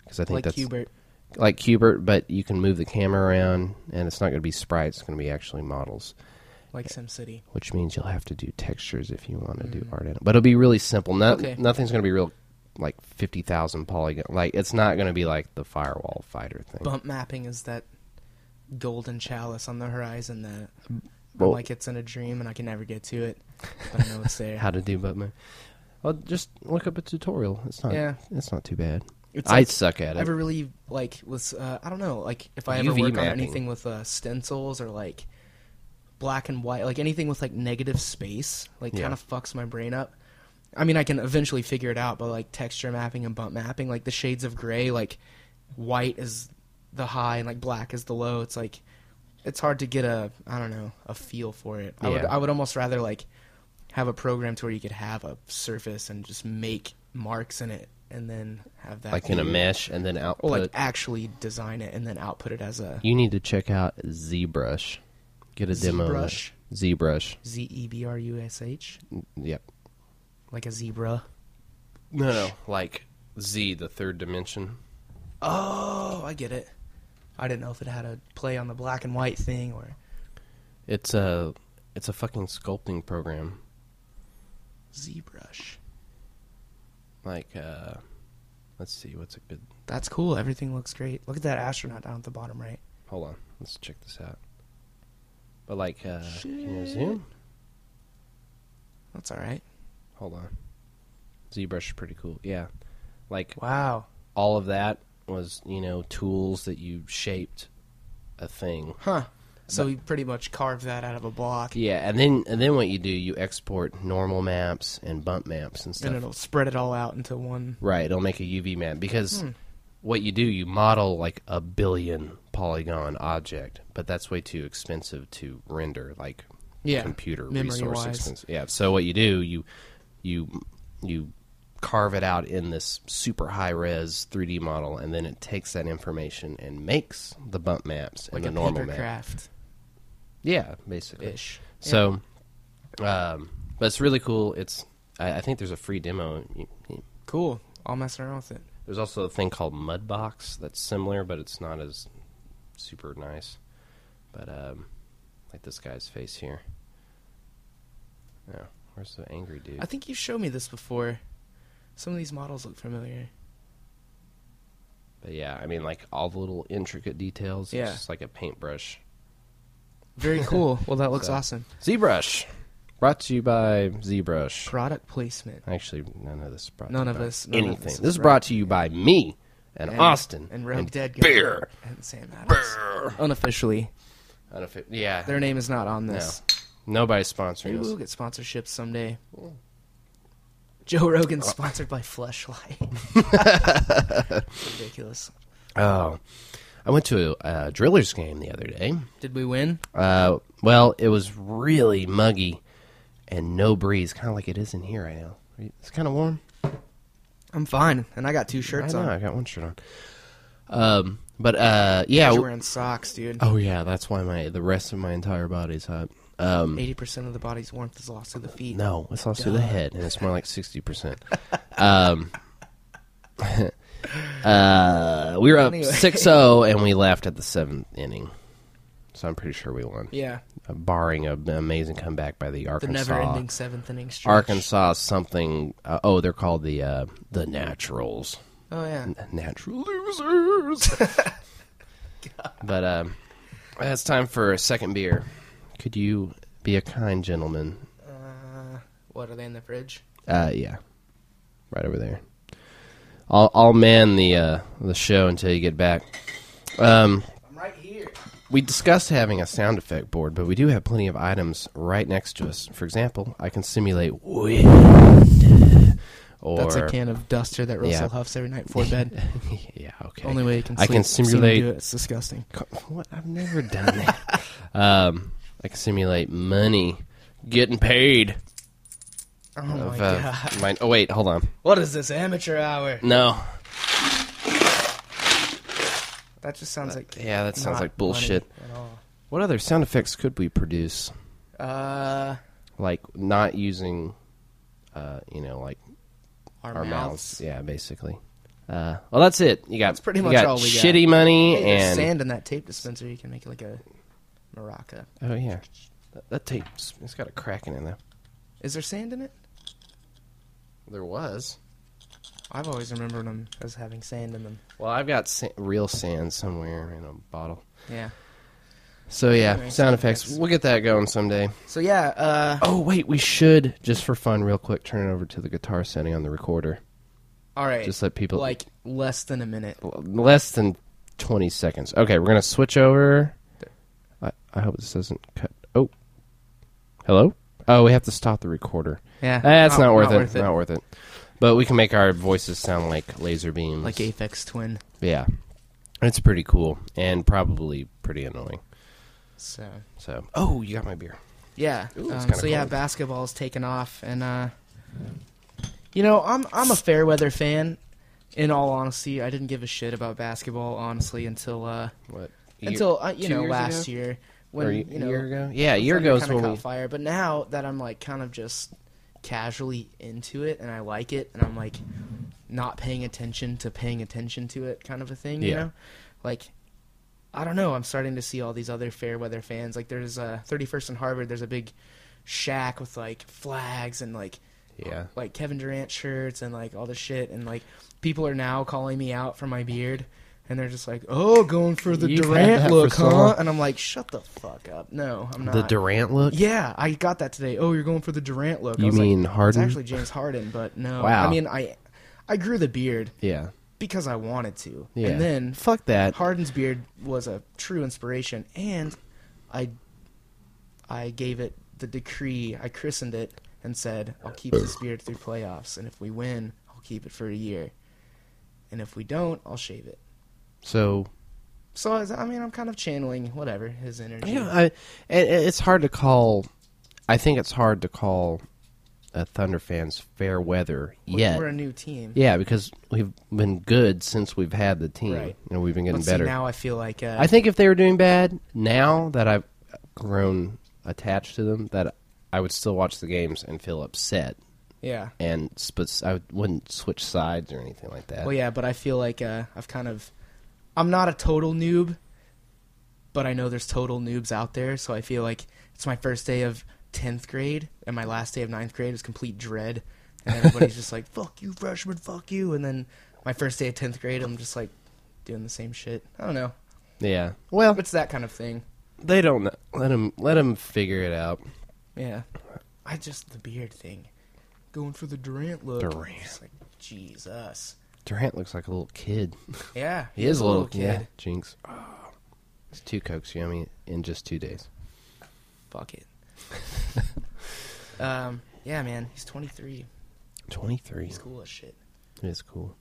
Speaker 2: because I think
Speaker 1: Like
Speaker 2: that's
Speaker 1: Hubert.
Speaker 2: like Cubert, but you can move the camera around, and it's not going to be sprites. It's going to be actually models,
Speaker 1: like SimCity.
Speaker 2: which means you'll have to do textures if you want to do art in it. But it'll be really simple. No,
Speaker 1: Mm. Okay.
Speaker 2: nothing's going to be real like 50,000 polygon. Like it's not going to be like the firewall fighter thing.
Speaker 1: Bump mapping is that golden chalice on the horizon that
Speaker 2: Well-
Speaker 1: I'm like it's in a dream and I can never get to it, but I know it's
Speaker 2: (laughs)
Speaker 1: there.
Speaker 2: How to do but move. Well, just look up a tutorial. It's not.
Speaker 1: Yeah.
Speaker 2: It's not too bad.
Speaker 1: It's
Speaker 2: I
Speaker 1: like-
Speaker 2: suck at it.
Speaker 1: ever really like was uh, I don't know like if I ever
Speaker 2: UV
Speaker 1: work on
Speaker 2: mapping.
Speaker 1: anything with uh, stencils or like black and white like anything with like negative space like
Speaker 2: Yeah.
Speaker 1: kind of fucks my brain up. I mean I can eventually figure it out but like texture mapping and bump mapping like the shades of gray like white is the high and like black is the low it's like it's hard to get a I don't know a feel for it. I would
Speaker 2: Yeah.
Speaker 1: I would almost rather like have a program to where you could have a surface and just make marks in it and then have that
Speaker 2: like in a
Speaker 1: be-
Speaker 2: mesh and then output.
Speaker 1: or like actually design it and then output it as a
Speaker 2: you need to check out ZBrush. Get a demo. of it.
Speaker 1: ZBrush?
Speaker 2: ZBrush.
Speaker 1: Z E B R U S H,
Speaker 2: Yep.
Speaker 1: like a zebra.
Speaker 2: No, no, like Z, the third dimension.
Speaker 1: Oh, I get it. I didn't know if it had a play on the black and white thing or
Speaker 2: It's a it's a fucking sculpting program.
Speaker 1: ZBrush.
Speaker 2: Like, uh, let's see, what's a good?
Speaker 1: That's cool. Everything looks great. Look at that astronaut down at the bottom right.
Speaker 2: Hold on, let's check this out. But like, uh, can you zoom?
Speaker 1: That's all right.
Speaker 2: Hold on. ZBrush is pretty cool. Yeah, like
Speaker 1: Wow.
Speaker 2: all of that was you know tools that you shaped a thing
Speaker 1: Huh. So we pretty much carved that out of a block,
Speaker 2: Yeah, and then and then what you do, you export normal maps and bump maps and stuff.
Speaker 1: and it'll spread it all out into one.
Speaker 2: right, it'll make a UV map because
Speaker 1: Hmm.
Speaker 2: what you do, you model like a billion polygon object, but that's way too expensive to render like
Speaker 1: Yeah,
Speaker 2: computer
Speaker 1: memory
Speaker 2: resource
Speaker 1: wise.
Speaker 2: expensive. Yeah, so what you do, you you you carve it out in this super high res 3D model, and then it takes that information and makes the bump maps and
Speaker 1: like
Speaker 2: the
Speaker 1: a
Speaker 2: normal
Speaker 1: paper
Speaker 2: map.
Speaker 1: craft
Speaker 2: Yeah, basically.
Speaker 1: ish.
Speaker 2: So, um, but it's really cool. It's I, I think there's a free demo. You- you-
Speaker 1: Cool. I'll mess around with it.
Speaker 2: There's also a thing called Mudbox that's similar, but it's not as super nice. But um, like this guy's face here. Yeah, where's the angry dude?
Speaker 1: I think you showed me this before. Some of these models look familiar.
Speaker 2: But yeah, I mean, like all the little intricate details.
Speaker 1: Yeah.
Speaker 2: It's just like a paintbrush.
Speaker 1: Very
Speaker 2: (laughs)
Speaker 1: cool. Well, that looks
Speaker 2: So-
Speaker 1: awesome.
Speaker 2: ZBrush! Brought to you by ZBrush.
Speaker 1: Product placement.
Speaker 2: Actually, none of this is brought
Speaker 1: None
Speaker 2: to you
Speaker 1: of
Speaker 2: by
Speaker 1: us- none of
Speaker 2: anything.
Speaker 1: this is
Speaker 2: this is
Speaker 1: brought-
Speaker 2: brought to you by me and,
Speaker 1: And-
Speaker 2: Austin
Speaker 1: and Rogue Dead Guy.
Speaker 2: Beer.
Speaker 1: and Sam Adams. Unofficially,
Speaker 2: I don't fi- yeah,
Speaker 1: their name is not on
Speaker 2: No.
Speaker 1: this.
Speaker 2: nobody's
Speaker 1: Maybe
Speaker 2: sponsoring
Speaker 1: we'll
Speaker 2: us.
Speaker 1: get sponsorships someday. Joe
Speaker 2: Uh,
Speaker 1: Rogan sponsored by
Speaker 2: (laughs)
Speaker 1: Fleshlight. Ridiculous.
Speaker 2: Oh, I went to a, a Drillers game the other day.
Speaker 1: Did we win?
Speaker 2: Uh, well, it was really muggy and no breeze, kind of like it is in here right now. It's kind of warm.
Speaker 1: I'm fine, and I got two shirts
Speaker 2: I know,
Speaker 1: on.
Speaker 2: I got one shirt on. Um, but uh, yeah.
Speaker 1: You're
Speaker 2: w-
Speaker 1: wearing socks, dude.
Speaker 2: Oh yeah, that's why my the rest of my entire body's hot. Um,
Speaker 1: Eighty percent of the body's warmth is lost to the feet.
Speaker 2: no, it's lost through the
Speaker 1: Duh.
Speaker 2: head, and it's more like sixty percent. Um, (laughs) uh, we were up
Speaker 1: Anyway.
Speaker 2: six zero, and we left at the seventh inning. So I'm pretty sure we won,
Speaker 1: Yeah,
Speaker 2: Uh, barring a- an amazing comeback by the
Speaker 1: the
Speaker 2: Arkansas.
Speaker 1: never-ending seventh inning stretch.
Speaker 2: Arkansas something. Uh, oh, they're called the uh, the Naturals.
Speaker 1: Oh yeah,
Speaker 2: natural losers. (laughs) but um, it's time for a second beer. Could you be a kind gentleman?
Speaker 1: uh, what are they in the fridge?
Speaker 2: Uh, yeah, right over there. I'll I'll man the uh, the show until you get back. Um,
Speaker 1: I'm right here.
Speaker 2: we discussed having a sound effect board, but we do have plenty of items right next to us. For example, I can simulate wind. Or
Speaker 1: That's a can of duster that Russell
Speaker 2: Yeah.
Speaker 1: huffs every night before bed.
Speaker 2: (laughs) yeah, okay.
Speaker 1: Only way you can
Speaker 2: I
Speaker 1: sleep,
Speaker 2: can
Speaker 1: see him
Speaker 2: simulate-
Speaker 1: do it. It's disgusting.
Speaker 2: Co- (laughs) What? I've never done that. um, I can simulate money getting paid.
Speaker 1: Oh
Speaker 2: of,
Speaker 1: my
Speaker 2: uh,
Speaker 1: god!
Speaker 2: mine- oh wait, hold on.
Speaker 1: What is this amateur hour?
Speaker 2: No,
Speaker 1: That just sounds like
Speaker 2: Uh, yeah, that sounds
Speaker 1: not
Speaker 2: like bullshit.
Speaker 1: funny at all.
Speaker 2: What other sound effects could we produce?
Speaker 1: Uh,
Speaker 2: Like not using, uh, you know, like
Speaker 1: our,
Speaker 2: our
Speaker 1: mouths.
Speaker 2: mouths. Yeah, basically. Uh, well, that's it. You got
Speaker 1: That's pretty
Speaker 2: you
Speaker 1: much
Speaker 2: got
Speaker 1: all we got.
Speaker 2: shitty money
Speaker 1: Hey, there's
Speaker 2: and
Speaker 1: sand in that tape dispenser. You can make like a maraca.
Speaker 2: oh yeah, that, that tape's it's got a cracking in there.
Speaker 1: Is there sand in it?
Speaker 2: There was.
Speaker 1: I've always remembered them as having sand in them.
Speaker 2: Well, I've got sa- real sand somewhere in a bottle.
Speaker 1: Yeah.
Speaker 2: So yeah,
Speaker 1: Anyway,
Speaker 2: sound effects. We'll get that going someday.
Speaker 1: So yeah, uh,
Speaker 2: Oh wait, we should just for fun, real quick, turn it over to the guitar setting on the recorder.
Speaker 1: all right.
Speaker 2: Just let people
Speaker 1: like less than a minute.
Speaker 2: l- less than twenty seconds. Okay, we're gonna switch over. I, I hope this doesn't cut. Oh, hello. Oh, we have to stop the recorder.
Speaker 1: Yeah.
Speaker 2: That's not, worth, it. Not worth it. But we can make our voices sound like laser beams.
Speaker 1: Like Apex Twin.
Speaker 2: yeah, it's pretty cool and probably pretty annoying.
Speaker 1: So
Speaker 2: So, oh, you got my beer.
Speaker 1: yeah.
Speaker 2: Ooh, it's
Speaker 1: um,
Speaker 2: kinda
Speaker 1: so yeah,
Speaker 2: cold.
Speaker 1: basketball's taken off, and uh, you know, I'm I'm a fair weather fan. In all honesty, I didn't give a shit about basketball honestly until uh,
Speaker 2: What?
Speaker 1: until uh, you
Speaker 2: two
Speaker 1: know
Speaker 2: years
Speaker 1: last
Speaker 2: ago?
Speaker 1: year
Speaker 2: Or
Speaker 1: when
Speaker 2: a
Speaker 1: you know
Speaker 2: year ago? Yeah, a
Speaker 1: the
Speaker 2: year
Speaker 1: Thunder
Speaker 2: ago is
Speaker 1: kinda
Speaker 2: when
Speaker 1: caught
Speaker 2: we.
Speaker 1: fire. But now that I'm like kind of just casually into it and I like it and I'm like not paying attention to paying attention to it kind of a thing, you
Speaker 2: Yeah.
Speaker 1: know? Like I don't know, I'm starting to see all these other fair weather fans. Like there's uh 31st and Harvard, there's a big shack with like flags and like
Speaker 2: Yeah.
Speaker 1: like Kevin Durant shirts and like all this shit and like people are now calling me out for my beard and they're just like, "Oh, going for the
Speaker 2: You've had that
Speaker 1: Durant
Speaker 2: for
Speaker 1: look,
Speaker 2: so
Speaker 1: huh?"
Speaker 2: long.
Speaker 1: And I'm like, "Shut the fuck up. No, I'm not."
Speaker 2: The Durant look?
Speaker 1: Yeah, I got that today. Oh, you're going for the Durant look. I
Speaker 2: You
Speaker 1: was like,
Speaker 2: mean Harden?
Speaker 1: It's actually James Harden, but no.
Speaker 2: Wow.
Speaker 1: I mean, I I grew the beard
Speaker 2: Yeah.
Speaker 1: because I wanted to.
Speaker 2: Yeah.
Speaker 1: And then
Speaker 2: Fuck that.
Speaker 1: Harden's beard was a true inspiration and I I gave it the decree. I christened it and said, "I'll keep this beard through playoffs and if we win, I'll keep it for a year. And if we don't, I'll shave it."
Speaker 2: So
Speaker 1: So I was- I mean, I'm kind of channeling whatever his energy.
Speaker 2: yeah, I, it, it's hard to call. I think it's hard to call a Thunder fans fair weather
Speaker 1: We're-
Speaker 2: yet.
Speaker 1: We're a new team.
Speaker 2: yeah, because we've been good since we've had the team,
Speaker 1: Right.
Speaker 2: and we've been getting
Speaker 1: But see,
Speaker 2: better.
Speaker 1: now I feel like uh,
Speaker 2: I think if they were doing bad now that I've grown attached to them, that I would still watch the games and feel upset,
Speaker 1: yeah.
Speaker 2: and sp- I wouldn't switch sides or anything like that.
Speaker 1: Well, yeah, but I feel like uh, I've kind of, I'm not a total noob, but I know there's total noobs out there. So I feel like it's my first day of tenth grade, and my last day of ninth grade is complete dread, and everybody's just
Speaker 2: (laughs)
Speaker 1: like, "Fuck you, freshman! Fuck you!" And then my first day of tenth grade, I'm just like doing the same shit. I don't know.
Speaker 2: Yeah. Well,
Speaker 1: It's that kind of thing.
Speaker 2: they don't know. let them let them figure it out.
Speaker 1: Yeah. I just the beard thing, going for the Durant look.
Speaker 2: Durant.
Speaker 1: It's like Jesus.
Speaker 2: Durant looks like a little kid. (laughs)
Speaker 1: Yeah,
Speaker 2: He is a little, kid. Yeah, jinx. It's two cokes yummy in just two days.
Speaker 1: Fuck it. (laughs) um, yeah, man, he's 23.
Speaker 2: Twenty three.
Speaker 1: He's cool as shit.
Speaker 2: It's cool.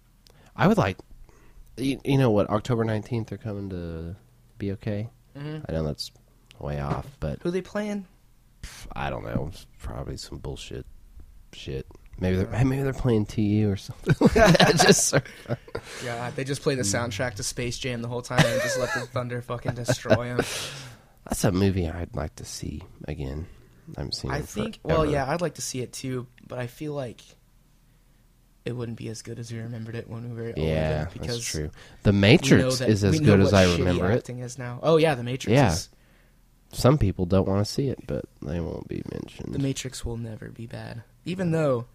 Speaker 2: I would like. You, you know what? October nineteenth, they're coming to be okay.
Speaker 1: Mhm.
Speaker 2: I know that's way off, but
Speaker 1: Who they playing?
Speaker 2: I don't know. It's probably some bullshit. Shit. Maybe they're maybe they're playing TU or something. (laughs) like that. Just
Speaker 1: God, they just play the
Speaker 2: Hmm.
Speaker 1: soundtrack to Space Jam the whole time and just let the
Speaker 2: (laughs)
Speaker 1: Thunder fucking destroy him.
Speaker 2: that's a movie I'd like to see again. I haven't seen. it
Speaker 1: I
Speaker 2: in
Speaker 1: think.
Speaker 2: forever.
Speaker 1: Well, yeah, I'd like to see it too, but I feel like it wouldn't be as good as we remembered it when we were older.
Speaker 2: Yeah,
Speaker 1: because
Speaker 2: that's true. The
Speaker 1: we know
Speaker 2: Matrix
Speaker 1: that-
Speaker 2: is as
Speaker 1: we know
Speaker 2: good as
Speaker 1: what
Speaker 2: I
Speaker 1: shitty
Speaker 2: remember it.
Speaker 1: acting is now. Oh yeah, the Matrix.
Speaker 2: Yeah.
Speaker 1: is-
Speaker 2: Some people don't want to see it, but they won't be mentioned.
Speaker 1: the Matrix will never be bad, even though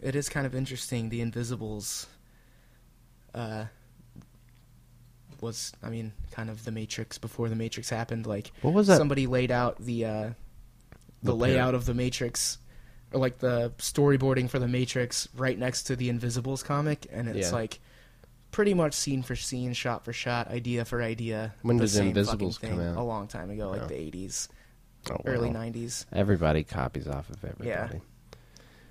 Speaker 1: it is kind of interesting. The Invisibles uh, was, I mean, kind of the Matrix before the Matrix happened. Like,
Speaker 2: What was that?
Speaker 1: Somebody laid out the uh, the,
Speaker 2: The
Speaker 1: layout of the Matrix, or like the storyboarding for the Matrix, right next to the Invisibles comic, and it's
Speaker 2: Yeah.
Speaker 1: like pretty much scene for scene, shot for shot, idea for idea.
Speaker 2: When
Speaker 1: the
Speaker 2: did The
Speaker 1: same fucking
Speaker 2: Invisibles come
Speaker 1: thing,
Speaker 2: out?
Speaker 1: A long time ago, like
Speaker 2: Oh.
Speaker 1: the '80s,
Speaker 2: Oh,
Speaker 1: early
Speaker 2: wow.
Speaker 1: '90s.
Speaker 2: Everybody copies off of everybody.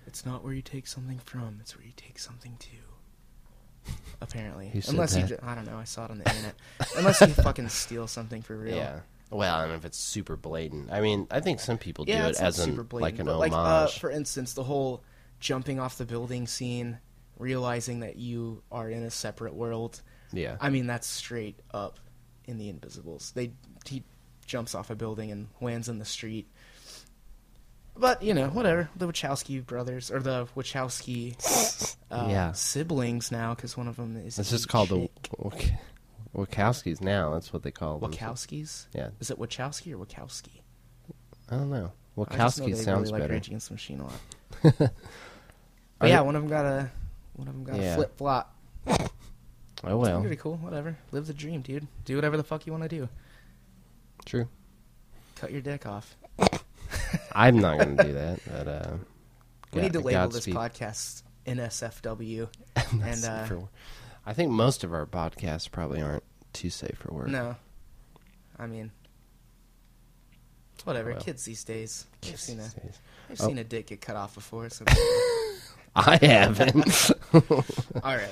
Speaker 1: It's not where you take something from, it's where you take something to.
Speaker 2: (laughs)
Speaker 1: Apparently.
Speaker 2: Who said
Speaker 1: Unless you,
Speaker 2: that?
Speaker 1: ju- I don't know, I saw it on the internet. Unless you
Speaker 2: (laughs)
Speaker 1: fucking steal something for real.
Speaker 2: Yeah. Well, and if it's super blatant, I mean, I think some people
Speaker 1: Yeah,
Speaker 2: do it
Speaker 1: it's not
Speaker 2: as an
Speaker 1: super blatant,
Speaker 2: like an
Speaker 1: but
Speaker 2: homage.
Speaker 1: like, uh, for instance, the whole jumping off the building scene, realizing that you are in a separate world.
Speaker 2: yeah.
Speaker 1: I mean, that's straight up in The Invisibles. They He jumps off a building and lands in the street. But, you know, whatever. The Wachowski brothers, or the Wachowski uh,
Speaker 2: (laughs) Yeah.
Speaker 1: siblings now because one of them is.
Speaker 2: It's
Speaker 1: a
Speaker 2: just called the
Speaker 1: chick.
Speaker 2: Wach- Wachowskis now. That's what they call them.
Speaker 1: Wachowskis.
Speaker 2: Yeah.
Speaker 1: Is it Wachowski or Wachowski?
Speaker 2: I don't know.
Speaker 1: I just know
Speaker 2: Wachowski
Speaker 1: they
Speaker 2: sounds
Speaker 1: really like
Speaker 2: better.
Speaker 1: Rage Against the Machine a
Speaker 2: (laughs)
Speaker 1: lot.
Speaker 2: Are
Speaker 1: But yeah,
Speaker 2: they-
Speaker 1: one of them got a one of them got
Speaker 2: Yeah.
Speaker 1: a flip flop.
Speaker 2: oh well,
Speaker 1: Pretty cool. Whatever. Live the dream, dude. Do whatever the fuck you want to do.
Speaker 2: true.
Speaker 1: Cut your dick off.
Speaker 2: I'm not going to do that. (laughs) But uh,
Speaker 1: We
Speaker 2: God-
Speaker 1: need to label
Speaker 2: Godspeed.
Speaker 1: this podcast
Speaker 2: (laughs)
Speaker 1: NSFW.
Speaker 2: That's
Speaker 1: and
Speaker 2: safe
Speaker 1: uh,
Speaker 2: for wor- I think most of our podcasts probably aren't too safe for work.
Speaker 1: no, I mean, whatever.
Speaker 2: well.
Speaker 1: Kids these days, they've
Speaker 2: Yes,
Speaker 1: seen a,
Speaker 2: yes, yes.
Speaker 1: they've
Speaker 2: Oh.
Speaker 1: seen a dick get cut off before. So
Speaker 2: (laughs) I haven't.
Speaker 1: (laughs) all right.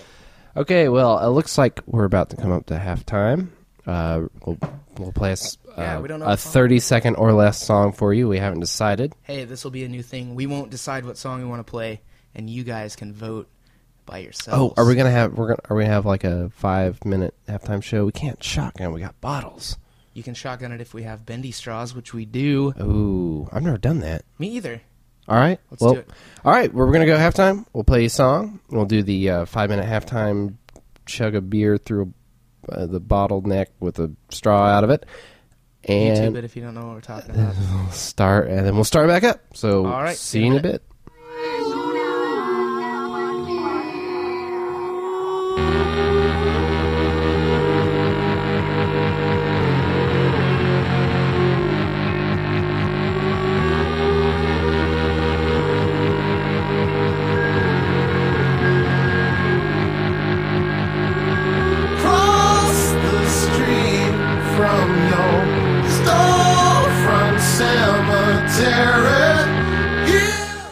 Speaker 2: okay, well, it looks like we're about to come up to halftime. Uh, we'll, we'll play a, s-
Speaker 1: Yeah,
Speaker 2: uh,
Speaker 1: we don't know
Speaker 2: a
Speaker 1: what song.
Speaker 2: 30 second or less song for you. We haven't decided.
Speaker 1: hey, this will be a new thing. We won't decide what song we want to play, and you guys can vote by
Speaker 2: Oh,
Speaker 1: yourselves.
Speaker 2: are we gonna have we're gonna are we gonna have like a five minute halftime show? We can't shotgun. We got bottles.
Speaker 1: You can shotgun it if we have bendy straws, which we do.
Speaker 2: Ooh, I've never done that.
Speaker 1: Me either.
Speaker 2: All right.
Speaker 1: Let's
Speaker 2: well,
Speaker 1: do it.
Speaker 2: All right. Well, we're going to go halftime. We'll play a song. We'll do the uh, five minute halftime chug a beer through uh, the bottleneck with a straw out of it.
Speaker 1: YouTube
Speaker 2: And
Speaker 1: it if you don't know what we're talking about. (laughs)
Speaker 2: we'll start, and then we'll start back up. So,
Speaker 1: All right,
Speaker 2: see you in a bit.
Speaker 3: Cross the street from your storefront cemetery. Yeah.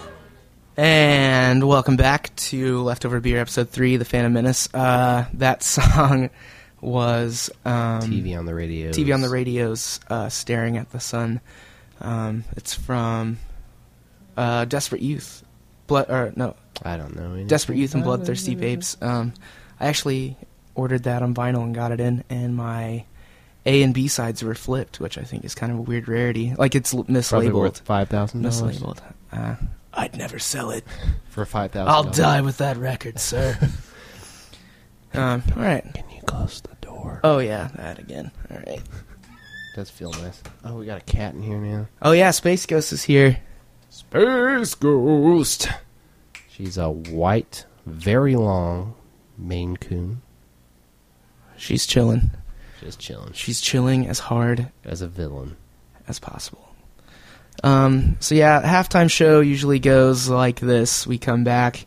Speaker 1: And welcome back to Leftover Beer, Episode Three, The Phantom Menace. Uh, that (laughs) song was um,
Speaker 2: TV on the radio.
Speaker 1: TV on the radios, uh, staring at the sun. Um, it's from uh, Desperate Youth, blood or no
Speaker 2: I don't know. anything
Speaker 1: Desperate Youth and
Speaker 2: about
Speaker 1: Bloodthirsty
Speaker 2: it.
Speaker 1: Babes. Um, I actually ordered that on vinyl and got it in, and my A and B sides were flipped, which I think is kind of a weird rarity. Like it's l-
Speaker 2: Probably
Speaker 1: mislabeled.
Speaker 2: worth five thousand dollars
Speaker 1: Mislabeled. Uh, I'd never sell it.
Speaker 2: for five thousand.
Speaker 1: I'll die with that record,
Speaker 2: (laughs)
Speaker 1: sir. um, all right.
Speaker 2: Can you close the door?
Speaker 1: Oh yeah, that again. All right.
Speaker 2: does feel nice. Oh, we got a cat in here now.
Speaker 1: Oh yeah, Space Ghost is here.
Speaker 2: Space Ghost. She's a white, very long Maine Coon,
Speaker 1: She's chilling.
Speaker 2: just chilling.
Speaker 1: She's chilling as hard
Speaker 2: as a villain.
Speaker 1: as possible. Um, so yeah, halftime show usually goes like this: we come back,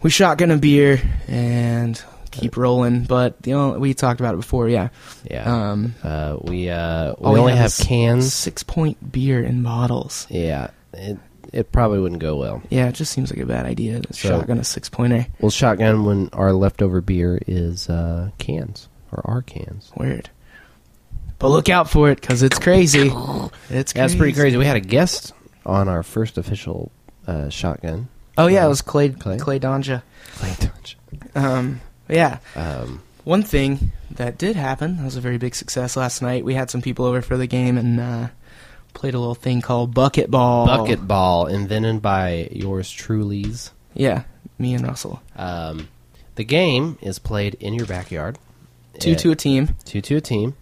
Speaker 1: we shotgun a beer, and keep
Speaker 2: Uh,
Speaker 1: rolling. But the only, we talked about it before. Yeah,
Speaker 2: Yeah.
Speaker 1: um,
Speaker 2: uh, we uh, we
Speaker 1: all
Speaker 2: only have
Speaker 1: is
Speaker 2: cans.
Speaker 1: six-point beer in bottles.
Speaker 2: Yeah. It it probably wouldn't go well.
Speaker 1: Yeah, it just seems like a bad idea to
Speaker 2: So-
Speaker 1: shotgun a six-pointer.
Speaker 2: We'll shotgun when our leftover beer is uh, cans or our cans.
Speaker 1: Weird. But look out for it because it's crazy.
Speaker 2: (laughs)
Speaker 1: It's crazy.
Speaker 2: That's pretty crazy. We had a guest on our first official
Speaker 1: (laughs)
Speaker 2: uh, shotgun.
Speaker 1: Oh yeah, it was Clay
Speaker 2: Clay?
Speaker 1: Clay, Donja.
Speaker 2: Clay Dodge.
Speaker 1: Um, yeah,
Speaker 2: Um,
Speaker 1: One thing that did happen that was a very big success last night. We had some people over for the game and uh, played a little thing called bucket ball.
Speaker 2: Bucket ball invented by yours truly's.
Speaker 1: Yeah, me and Russell.
Speaker 2: Um, the game is played in your backyard.
Speaker 1: Two
Speaker 2: It-
Speaker 1: to a team.
Speaker 2: two to a team.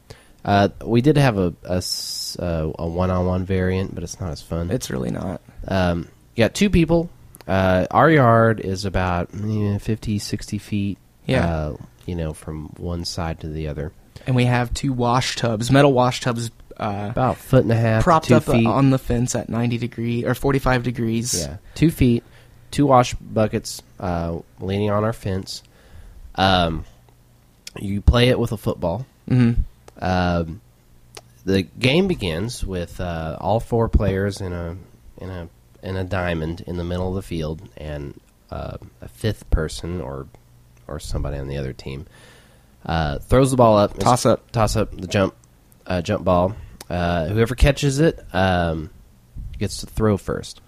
Speaker 2: Uh, we did have a a s- uh, a one on one variant, but it's not as fun.
Speaker 1: It's really not.
Speaker 2: Um, you got two people. Uh, our yard is about eh, 50, 60 feet.
Speaker 1: Yeah.
Speaker 2: Uh, you know, from one side to the other,
Speaker 1: And we have two wash tubs, metal wash tubs, uh,
Speaker 2: about a foot and a half, to
Speaker 1: propped
Speaker 2: two
Speaker 1: up uh,
Speaker 2: feet.
Speaker 1: on the fence at 90 degree or 45 degrees.
Speaker 2: yeah, two feet, two wash buckets uh, leaning on our fence. Um, you play it with a football.
Speaker 1: Mhm.
Speaker 2: Um, the game begins with uh, all four players in a in a in a diamond in the middle of the field, and uh, a fifth person or or somebody on the other team uh, throws the ball up, It's-
Speaker 1: Toss up.
Speaker 2: toss up the jump uh, jump ball. Uh, whoever catches it um, gets to throw first,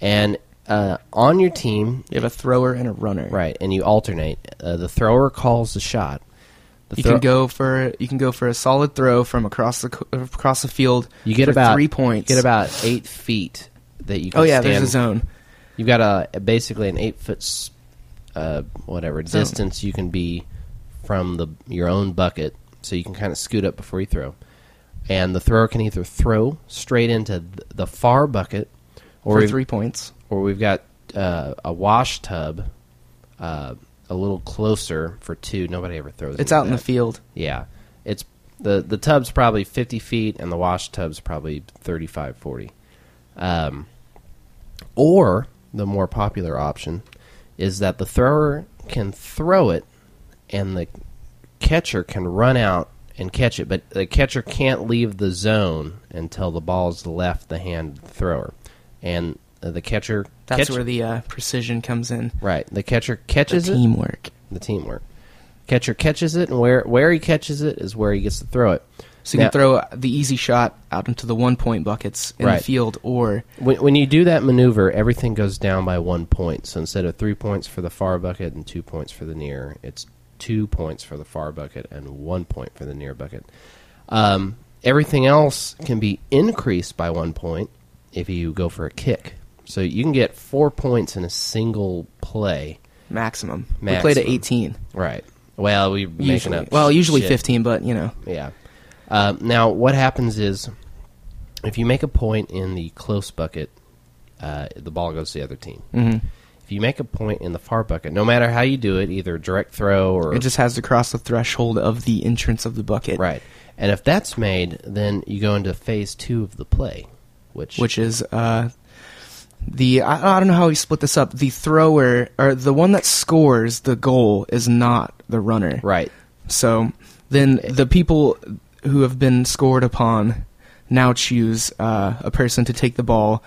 Speaker 2: and uh, on your team,
Speaker 1: You have a thrower and a runner.
Speaker 2: right? And you alternate. Uh, the thrower calls the shot. The
Speaker 1: You
Speaker 2: throw-
Speaker 1: can go for you can go for a solid throw from across the co- across the field.
Speaker 2: You get
Speaker 1: for
Speaker 2: about
Speaker 1: three points.
Speaker 2: Get about eight feet that you. Can
Speaker 1: oh yeah,
Speaker 2: stand.
Speaker 1: there's a zone.
Speaker 2: You've got a basically an eight foot, s- uh, whatever
Speaker 1: Zone.
Speaker 2: distance you can be from the your own bucket, so you can kind of scoot up before you throw. And the thrower can either throw straight into th- the far bucket, or
Speaker 1: for
Speaker 2: we've-
Speaker 1: three points.
Speaker 2: or we've got uh, a wash tub, uh, a little closer for two. Nobody ever throws.
Speaker 1: It's
Speaker 2: into
Speaker 1: out in the
Speaker 2: that.
Speaker 1: field.
Speaker 2: Yeah. It's the the tub's probably 50 feet and the wash tub's probably 35 40. Um, or the more popular option is that the thrower can throw it and the catcher can run out and catch it, but the catcher can't leave the zone until the ball's left the hand of the thrower. And uh, the catcher
Speaker 1: That's
Speaker 2: catch-
Speaker 1: where the uh, precision comes in.
Speaker 2: right, the catcher
Speaker 1: The
Speaker 2: catches it
Speaker 1: teamwork.
Speaker 2: the teamwork. Catcher catches it, and where where he catches it is where he gets to throw it.
Speaker 1: So you
Speaker 2: Now,
Speaker 1: can throw the easy shot out into the one point buckets in
Speaker 2: Right.
Speaker 1: the field, or
Speaker 2: when, when you do that maneuver, everything goes down by one point. So instead of three points for the far bucket and two points for the near, it's two points for the far bucket and one point for the near bucket. Um, everything else can be increased by one point if you go for a kick. So you can get four points in a single play.
Speaker 1: maximum. We played at
Speaker 2: Maximum.
Speaker 1: 18.
Speaker 2: Right. Well, we making
Speaker 1: Usually.
Speaker 2: up.
Speaker 1: well, usually
Speaker 2: shit.
Speaker 1: 15, but you know.
Speaker 2: Yeah. Um, now, what happens is if you make a point in the close bucket, uh, the ball goes to the other team.
Speaker 1: Mhm.
Speaker 2: If you make a point in the far bucket, no matter how you do it, either direct throw or
Speaker 1: It just has to cross the threshold of the entrance of the bucket,
Speaker 2: right. And if that's made, then you go into phase two of the play, which
Speaker 1: which is uh, the I, I don't know how we split this up. The thrower or the one that scores the goal is not the runner,
Speaker 2: right
Speaker 1: So then the people who have been scored upon now choose uh, a person to take the ball.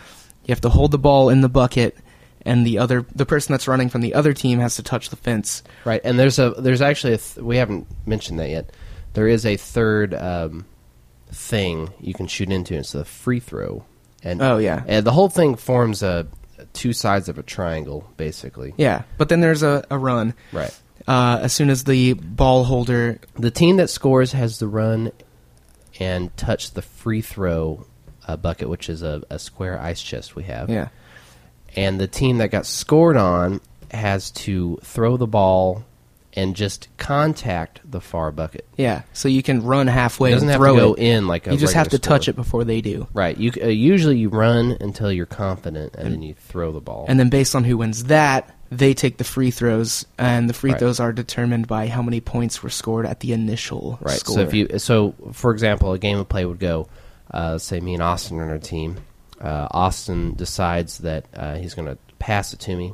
Speaker 1: You have to hold the ball in the bucket, and the other the person that's running from the other team has to touch the fence.
Speaker 2: Right, and there's a there's actually a th- we haven't mentioned that yet. There is a third um, thing you can shoot into. It's the free throw, and
Speaker 1: Oh, yeah.
Speaker 2: and the whole thing forms a two sides of a triangle, basically.
Speaker 1: Yeah, but then there's a, a run.
Speaker 2: Right.
Speaker 1: Uh, as soon as the ball holder,
Speaker 2: The team that scores has the run and touch the free throw uh, bucket, which is a, a square ice chest we have.
Speaker 1: yeah,
Speaker 2: And the team that got scored on has to throw the ball and just contact the far bucket.
Speaker 1: yeah. So you can run halfway
Speaker 2: It doesn't
Speaker 1: and
Speaker 2: have
Speaker 1: throw
Speaker 2: to go
Speaker 1: it.
Speaker 2: in like a.
Speaker 1: you just have to
Speaker 2: regular
Speaker 1: touch
Speaker 2: scorer.
Speaker 1: it before they do,
Speaker 2: Right. You uh, usually you run until you're confident, and, then you throw the ball.
Speaker 1: and then based on who wins that, they take the free throws, and the free
Speaker 2: Right.
Speaker 1: throws are determined by how many points were scored at the initial
Speaker 2: right.
Speaker 1: score.
Speaker 2: So if you so for example, a game of play would go, uh, say me and Austin are on a team. Uh, Austin decides that uh, he's going to pass it to me.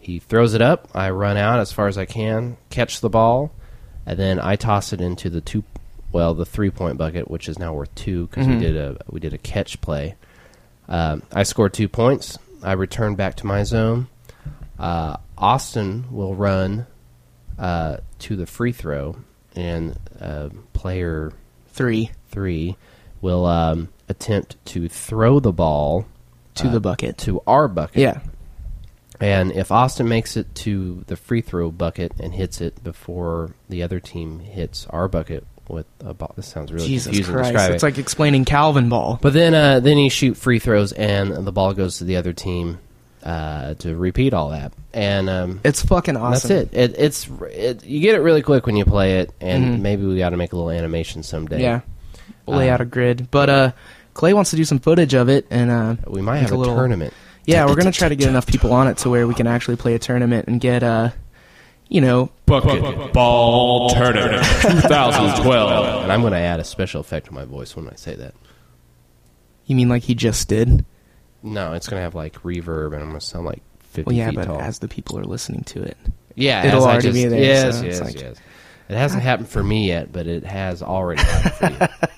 Speaker 2: He throws it up. I run out as far as I can, catch the ball, and then I toss it into the two, well, the three point bucket, which is now worth two because we did a we did a catch play. Um, I score two points. I return back to my zone. Uh, Austin will run uh, to the free throw, and uh, player
Speaker 1: three
Speaker 2: three will um, attempt to throw the ball
Speaker 1: to
Speaker 2: uh,
Speaker 1: the bucket,
Speaker 2: to our bucket.
Speaker 1: yeah,
Speaker 2: And if Austin makes it to the free throw bucket and hits it before the other team hits our bucket with a ball, this sounds really
Speaker 1: Jesus
Speaker 2: confusing. to
Speaker 1: Christ,
Speaker 2: describe
Speaker 1: it's
Speaker 2: it.
Speaker 1: like explaining Calvin ball.
Speaker 2: But then, uh, then you shoot free throws, and the ball goes to the other team uh, to repeat all that. And um,
Speaker 1: It's fucking awesome.
Speaker 2: that's it. it it's it, you get it really quick when you play it, and maybe we got to make a little animation someday.
Speaker 1: Mm-hmm. Yeah, we'll lay out a grid, but uh, Clay wants to do some footage of it, and uh,
Speaker 2: we might
Speaker 1: make
Speaker 2: have a,
Speaker 1: little-
Speaker 2: tournament.
Speaker 1: Yeah, we're gonna try to get enough people on it to where we can actually play a tournament and get uh, you know,
Speaker 4: Bucket, Ball Tournament 2012.
Speaker 2: And I'm going to add a special effect to my voice when I say that.
Speaker 1: you mean like he just did?
Speaker 2: No, it's going to have like reverb, and I'm going to sound like 50
Speaker 1: Well, yeah,
Speaker 2: feet
Speaker 1: but
Speaker 2: tall.
Speaker 1: as the people are listening to it,
Speaker 2: yeah,
Speaker 1: it'll
Speaker 2: as I
Speaker 1: already
Speaker 2: just-
Speaker 1: be there,
Speaker 2: Yes,
Speaker 1: so it's
Speaker 2: yes,
Speaker 1: like-
Speaker 2: yes. It hasn't happened for me yet, but it has already happened for
Speaker 1: (laughs)
Speaker 2: you.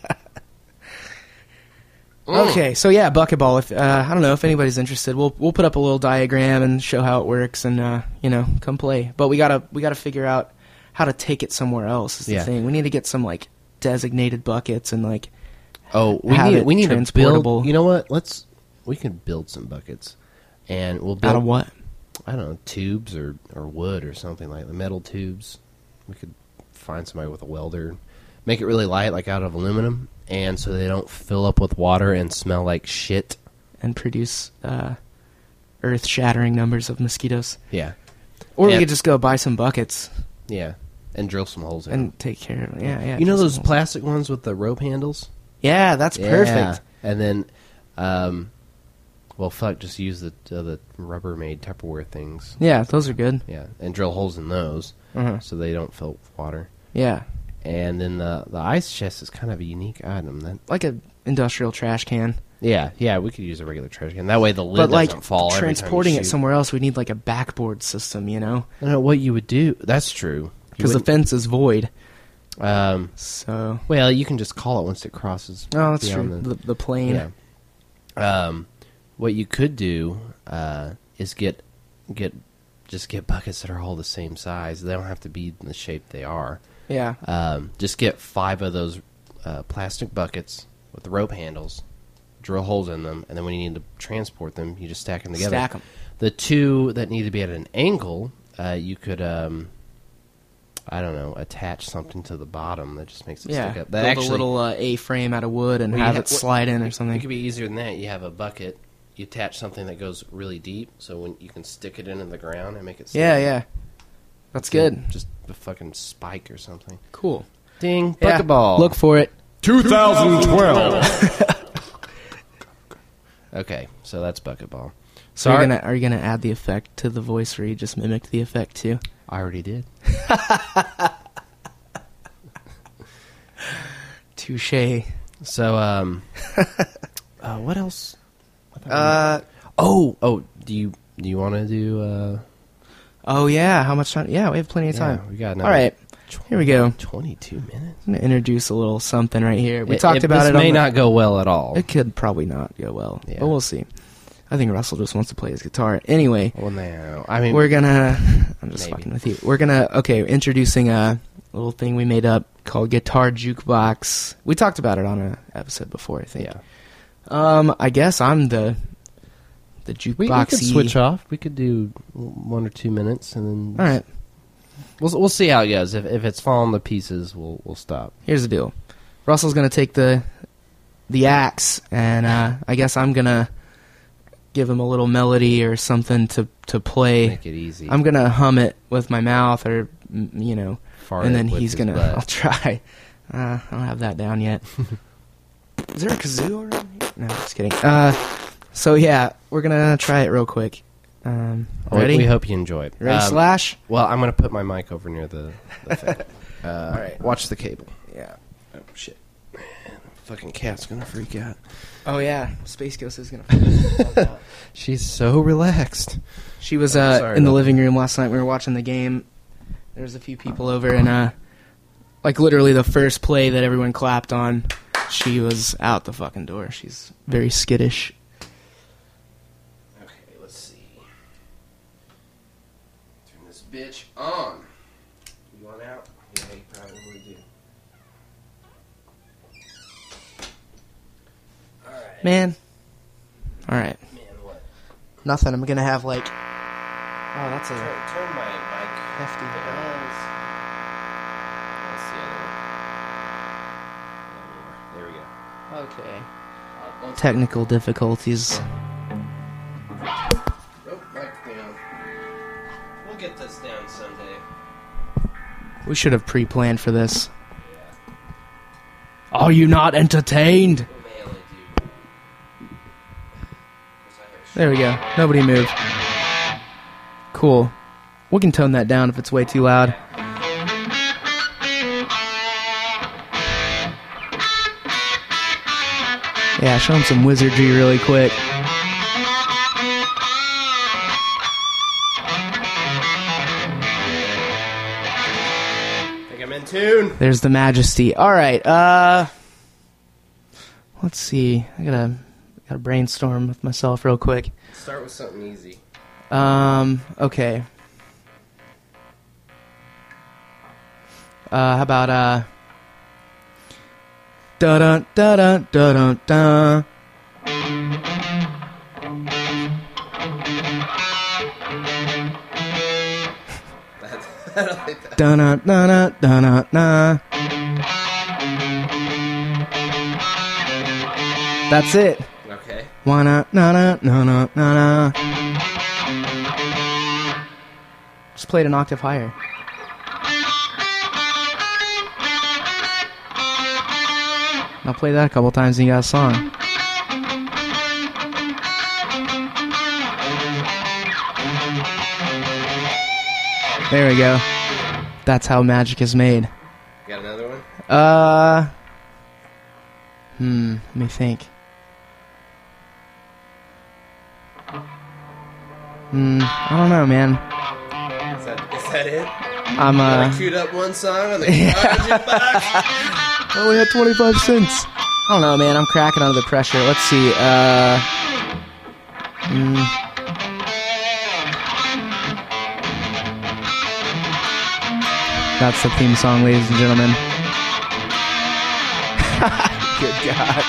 Speaker 2: Mm.
Speaker 1: Okay, so yeah, bucketball. If uh, I don't know if anybody's interested, we'll we'll put up a little diagram and show how it works, and uh, you know, come play. But we gotta we gotta figure out how to take it somewhere else. Is the
Speaker 2: Yeah.
Speaker 1: thing we need to get some like designated buckets and like
Speaker 2: Oh, we
Speaker 1: have
Speaker 2: need
Speaker 1: it
Speaker 2: we need to
Speaker 1: transportable.
Speaker 2: build. You know what? Let's we can build some buckets, and we'll build
Speaker 1: out of what?
Speaker 2: I don't know tubes or or wood or something like the metal tubes. We could find somebody with a welder, make it really light, like out of aluminum, and so they don't fill up with water and smell like shit.
Speaker 1: and produce uh, earth shattering numbers of mosquitoes.
Speaker 2: Yeah,
Speaker 1: Or we
Speaker 2: Yeah.
Speaker 1: could just go buy some buckets
Speaker 2: yeah, and drill some holes in.
Speaker 1: and take care of it. Yeah, yeah.
Speaker 2: it. You know
Speaker 1: just-
Speaker 2: those plastic ones with the rope handles?
Speaker 1: Yeah, that's
Speaker 2: Yeah.
Speaker 1: perfect.
Speaker 2: And then, um, well, fuck, just use the uh, the Rubbermaid Tupperware things.
Speaker 1: Yeah, those are good.
Speaker 2: Yeah, and drill holes in those
Speaker 1: Mhm.
Speaker 2: so they don't fill with water.
Speaker 1: Yeah,
Speaker 2: And then the the ice chest is kind of a unique item. That
Speaker 1: like a industrial trash can.
Speaker 2: yeah yeah we could use a regular trash can. That way the lid
Speaker 1: but
Speaker 2: doesn't
Speaker 1: like
Speaker 2: fall. every time you
Speaker 1: transporting it
Speaker 2: shoot.
Speaker 1: somewhere else, we need like a backboard system, you know,
Speaker 2: No, no, what you would do? That's true. You
Speaker 1: because the
Speaker 2: wouldn't-
Speaker 1: fence is void.
Speaker 2: um
Speaker 1: So
Speaker 2: well you can just call it once it crosses.
Speaker 1: oh, that's
Speaker 2: beyond
Speaker 1: true.
Speaker 2: the-
Speaker 1: The, the plane.
Speaker 2: Yeah. Um, what you could do uh, is get get just get buckets that are all the same size. They don't have to be in the shape they are.
Speaker 1: Yeah.
Speaker 2: Um, just get five of those uh, plastic buckets with the rope handles, drill holes in them, and then when you need to transport them, you just stack them together.
Speaker 1: Stack 'em.
Speaker 2: The two that need to be at an angle, uh, you could. Um, I don't know. Attach something to the bottom that just makes it
Speaker 1: yeah,
Speaker 2: stick up. That
Speaker 1: build
Speaker 2: actually,
Speaker 1: a little uh, A-frame out of wood and
Speaker 2: well, you
Speaker 1: have
Speaker 2: ha-
Speaker 1: it slide in or
Speaker 2: It
Speaker 1: something.
Speaker 2: could be easier than that. You have a bucket. You attach something that goes really deep, so when you can stick it into the ground and make it.
Speaker 1: yeah,
Speaker 2: stick.
Speaker 1: yeah, that's good.
Speaker 2: Just a fucking spike or something.
Speaker 1: Cool.
Speaker 2: Ding, bucket
Speaker 1: Yeah,
Speaker 2: ball.
Speaker 1: Look for it.
Speaker 4: 2012.
Speaker 2: Okay, so that's bucket ball.
Speaker 1: So are
Speaker 2: Sorry,
Speaker 1: you, gonna, are you gonna add the effect to the voice where you just mimicked the effect too?
Speaker 2: I already did.
Speaker 1: Touche.
Speaker 2: So, um, uh, what else?
Speaker 1: Uh
Speaker 2: Oh, oh, do you do you want to do? Uh,
Speaker 1: oh yeah. How much time? Yeah, we have plenty of
Speaker 2: yeah,
Speaker 1: time.
Speaker 2: we got.
Speaker 1: All right, here we go.
Speaker 2: Twenty-two minutes.
Speaker 1: I'm gonna introduce a little something right here. We
Speaker 2: It-
Speaker 1: talked
Speaker 2: it-
Speaker 1: about
Speaker 2: this
Speaker 1: it. on
Speaker 2: May
Speaker 1: the-
Speaker 2: not go well at all.
Speaker 1: It could probably not go well,
Speaker 2: Yeah.
Speaker 1: but we'll see. I think Russell just wants to play his guitar. Anyway,
Speaker 2: Well, no. I mean,
Speaker 1: we're gonna. (laughs) I'm just
Speaker 2: Maybe.
Speaker 1: fucking with you. We're gonna. Okay, introducing a little thing we made up called Guitar Jukebox. We talked about it on a episode before, I think.
Speaker 2: yeah.
Speaker 1: Um, I guess I'm the the
Speaker 2: We, we could
Speaker 1: jukebox.
Speaker 2: switch off. We could do one or two minutes, and then
Speaker 1: All right,
Speaker 2: we'll we'll see how it goes. If if it's falling to pieces, we'll we'll stop.
Speaker 1: here's the deal. Russell's gonna take the the axe, and uh, I guess I'm gonna give him a little melody or something to to play.
Speaker 2: Make it easy.
Speaker 1: I'm gonna hum it with my mouth, or m- you know,
Speaker 2: Fart
Speaker 1: and
Speaker 2: it
Speaker 1: then
Speaker 2: with
Speaker 1: he's
Speaker 2: his
Speaker 1: gonna.
Speaker 2: butt.
Speaker 1: (laughs) I'll try. Uh, I don't have that down
Speaker 2: (laughs)
Speaker 1: yet. Is there a kazoo around here? No, just kidding. Uh, so yeah, we're gonna try it real quick. Um,
Speaker 2: We-
Speaker 1: ready?
Speaker 2: We hope you enjoy it.
Speaker 1: ready?
Speaker 2: Um,
Speaker 1: slash.
Speaker 2: Well, I'm gonna put my mic over near the. the (laughs) thing. uh, All right. Watch the cable.
Speaker 1: Yeah.
Speaker 2: Oh shit. Man, fucking cat's gonna freak (laughs) out.
Speaker 1: Oh yeah, Space Ghost is gonna.
Speaker 2: She's so relaxed.
Speaker 1: She was
Speaker 2: Oh,
Speaker 1: uh,
Speaker 2: sorry
Speaker 1: in the
Speaker 2: about
Speaker 1: living room last night. We were watching the game. There was a few people over, and uh, like literally the first play that everyone clapped on, she was out the fucking door. She's very skittish.
Speaker 2: Okay, let's see. Turn this bitch on. You want out? Yeah, you probably do.
Speaker 1: Man. All right.
Speaker 2: Man, what?
Speaker 1: Nothing. I'm gonna have like. Oh, that's a
Speaker 2: Turn, turn my mic.
Speaker 1: hefty.
Speaker 2: That's the other one. There we go.
Speaker 1: Okay.
Speaker 2: Uh, one sec.
Speaker 1: Technical difficulties.
Speaker 2: Oh, mic down. We'll get this down someday.
Speaker 1: We should have pre-planned for this. Are you not entertained?
Speaker 2: We'll mail it to you. 'Cause I have
Speaker 1: There we go. Nobody move. Cool. We can tone that down if it's way too loud. Yeah, show him some wizardry really quick.
Speaker 2: sh- think I'm in tune.
Speaker 1: There's the majesty. All right. Uh, let's see. I gotta gotta brainstorm with myself real quick.
Speaker 2: Start with something easy.
Speaker 1: Um. Okay. Uh, how about uh? Da dun da dun da dun da. Dun dun dun dun dun dun. That's it.
Speaker 2: Okay.
Speaker 1: Wanna na na na na na na. Just played an octave higher. Now play that a couple times and you got a song. There we go. That's how magic is made.
Speaker 2: Got another one?
Speaker 1: Uh. Hmm. Let me think. Hmm. I don't know, man.
Speaker 2: Is that, is that it?
Speaker 1: I'm uh.
Speaker 2: queued up one song on the (laughs) yeah.
Speaker 1: I only had 25 cents. I don't know, man. I'm cracking under the pressure. Let's see. Uh. hmm. That's the theme song, ladies and gentlemen. (laughs) Good God.